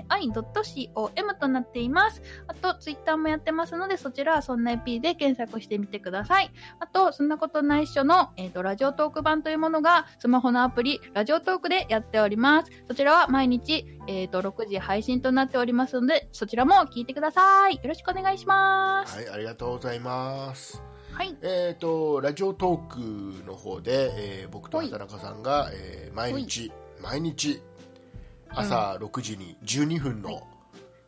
S1: sonnai.com となっています。あと、ツイッターもやってますので、そちらはそんない P で検索してみてください。あと、そんなことないっしょの、えっ、と、ラジオトーク版というものが、スマホのアプリ、ラジオトークでやっております。そちらは毎日、えっ、と、6時配信となっておりますので、そちらも聞いてください。よろしくお願いします。
S2: はい、ありがとうございます。
S1: はい。
S2: えっ、と、ラジオトークの方で、えー僕と畑中さんが、えー毎日、毎日、朝6時に12分の、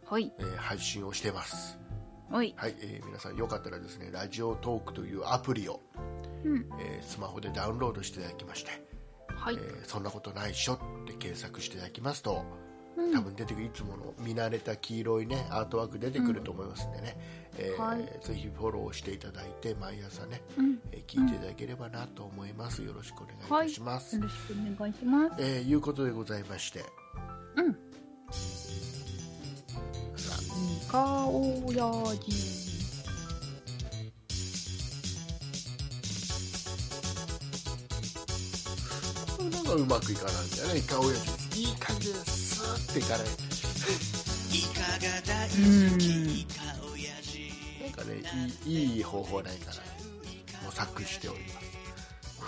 S1: ほい。
S2: えー配信をしてます。
S1: ほい。
S2: はい、えー皆さんよかったらですね、ラジオトークというアプリを、
S1: うん。
S2: えースマホでダウンロードしていただきまして、
S1: はい
S2: え。ーそんなことないっしょって検索していただきますと、
S1: うん
S2: 多分出てくるいつもの見慣れた黄色いねアートワーク出てくると思いますんでね、えー
S1: はい
S2: ぜひフォローしていただいて毎朝ね、
S1: うん。
S2: えー聞いていただければなと思います、よろしくお願いいたします、
S1: よろしくお願いします。
S2: えーいうことでございまして
S1: うん。
S2: さあ
S1: 三河親父。
S2: これなんかうまくいかないんだよねイカ親父いい感じですスーっていかない
S1: うん。
S2: なんかねいいいい方法ないかな模索しております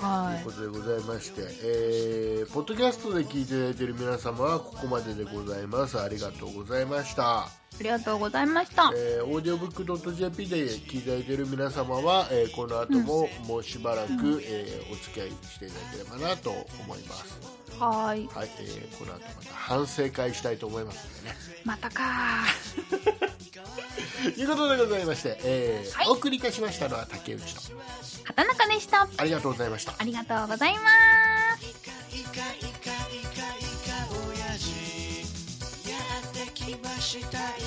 S1: は
S2: ということでございまして、えーポッドキャストで聞いていただいている皆様はここまででございますありがとうございました、
S1: い。ありがとうございました。
S2: えー、オーディオブックドット JP で聞いていただいている皆様は、えーこの後ももうしばらく、えーお付き合いしていただければなと思います
S1: はーい。
S2: はい、えーこの後また反省会したいと思いますのでね
S1: またか
S2: ということでございまして、えー
S1: はい
S2: お送りいたしましたのは竹内と
S1: ー。畑中でした。
S2: ありがとうございました
S1: ありがとうございます。
S4: イカイカイカイカ親父やってきましたよ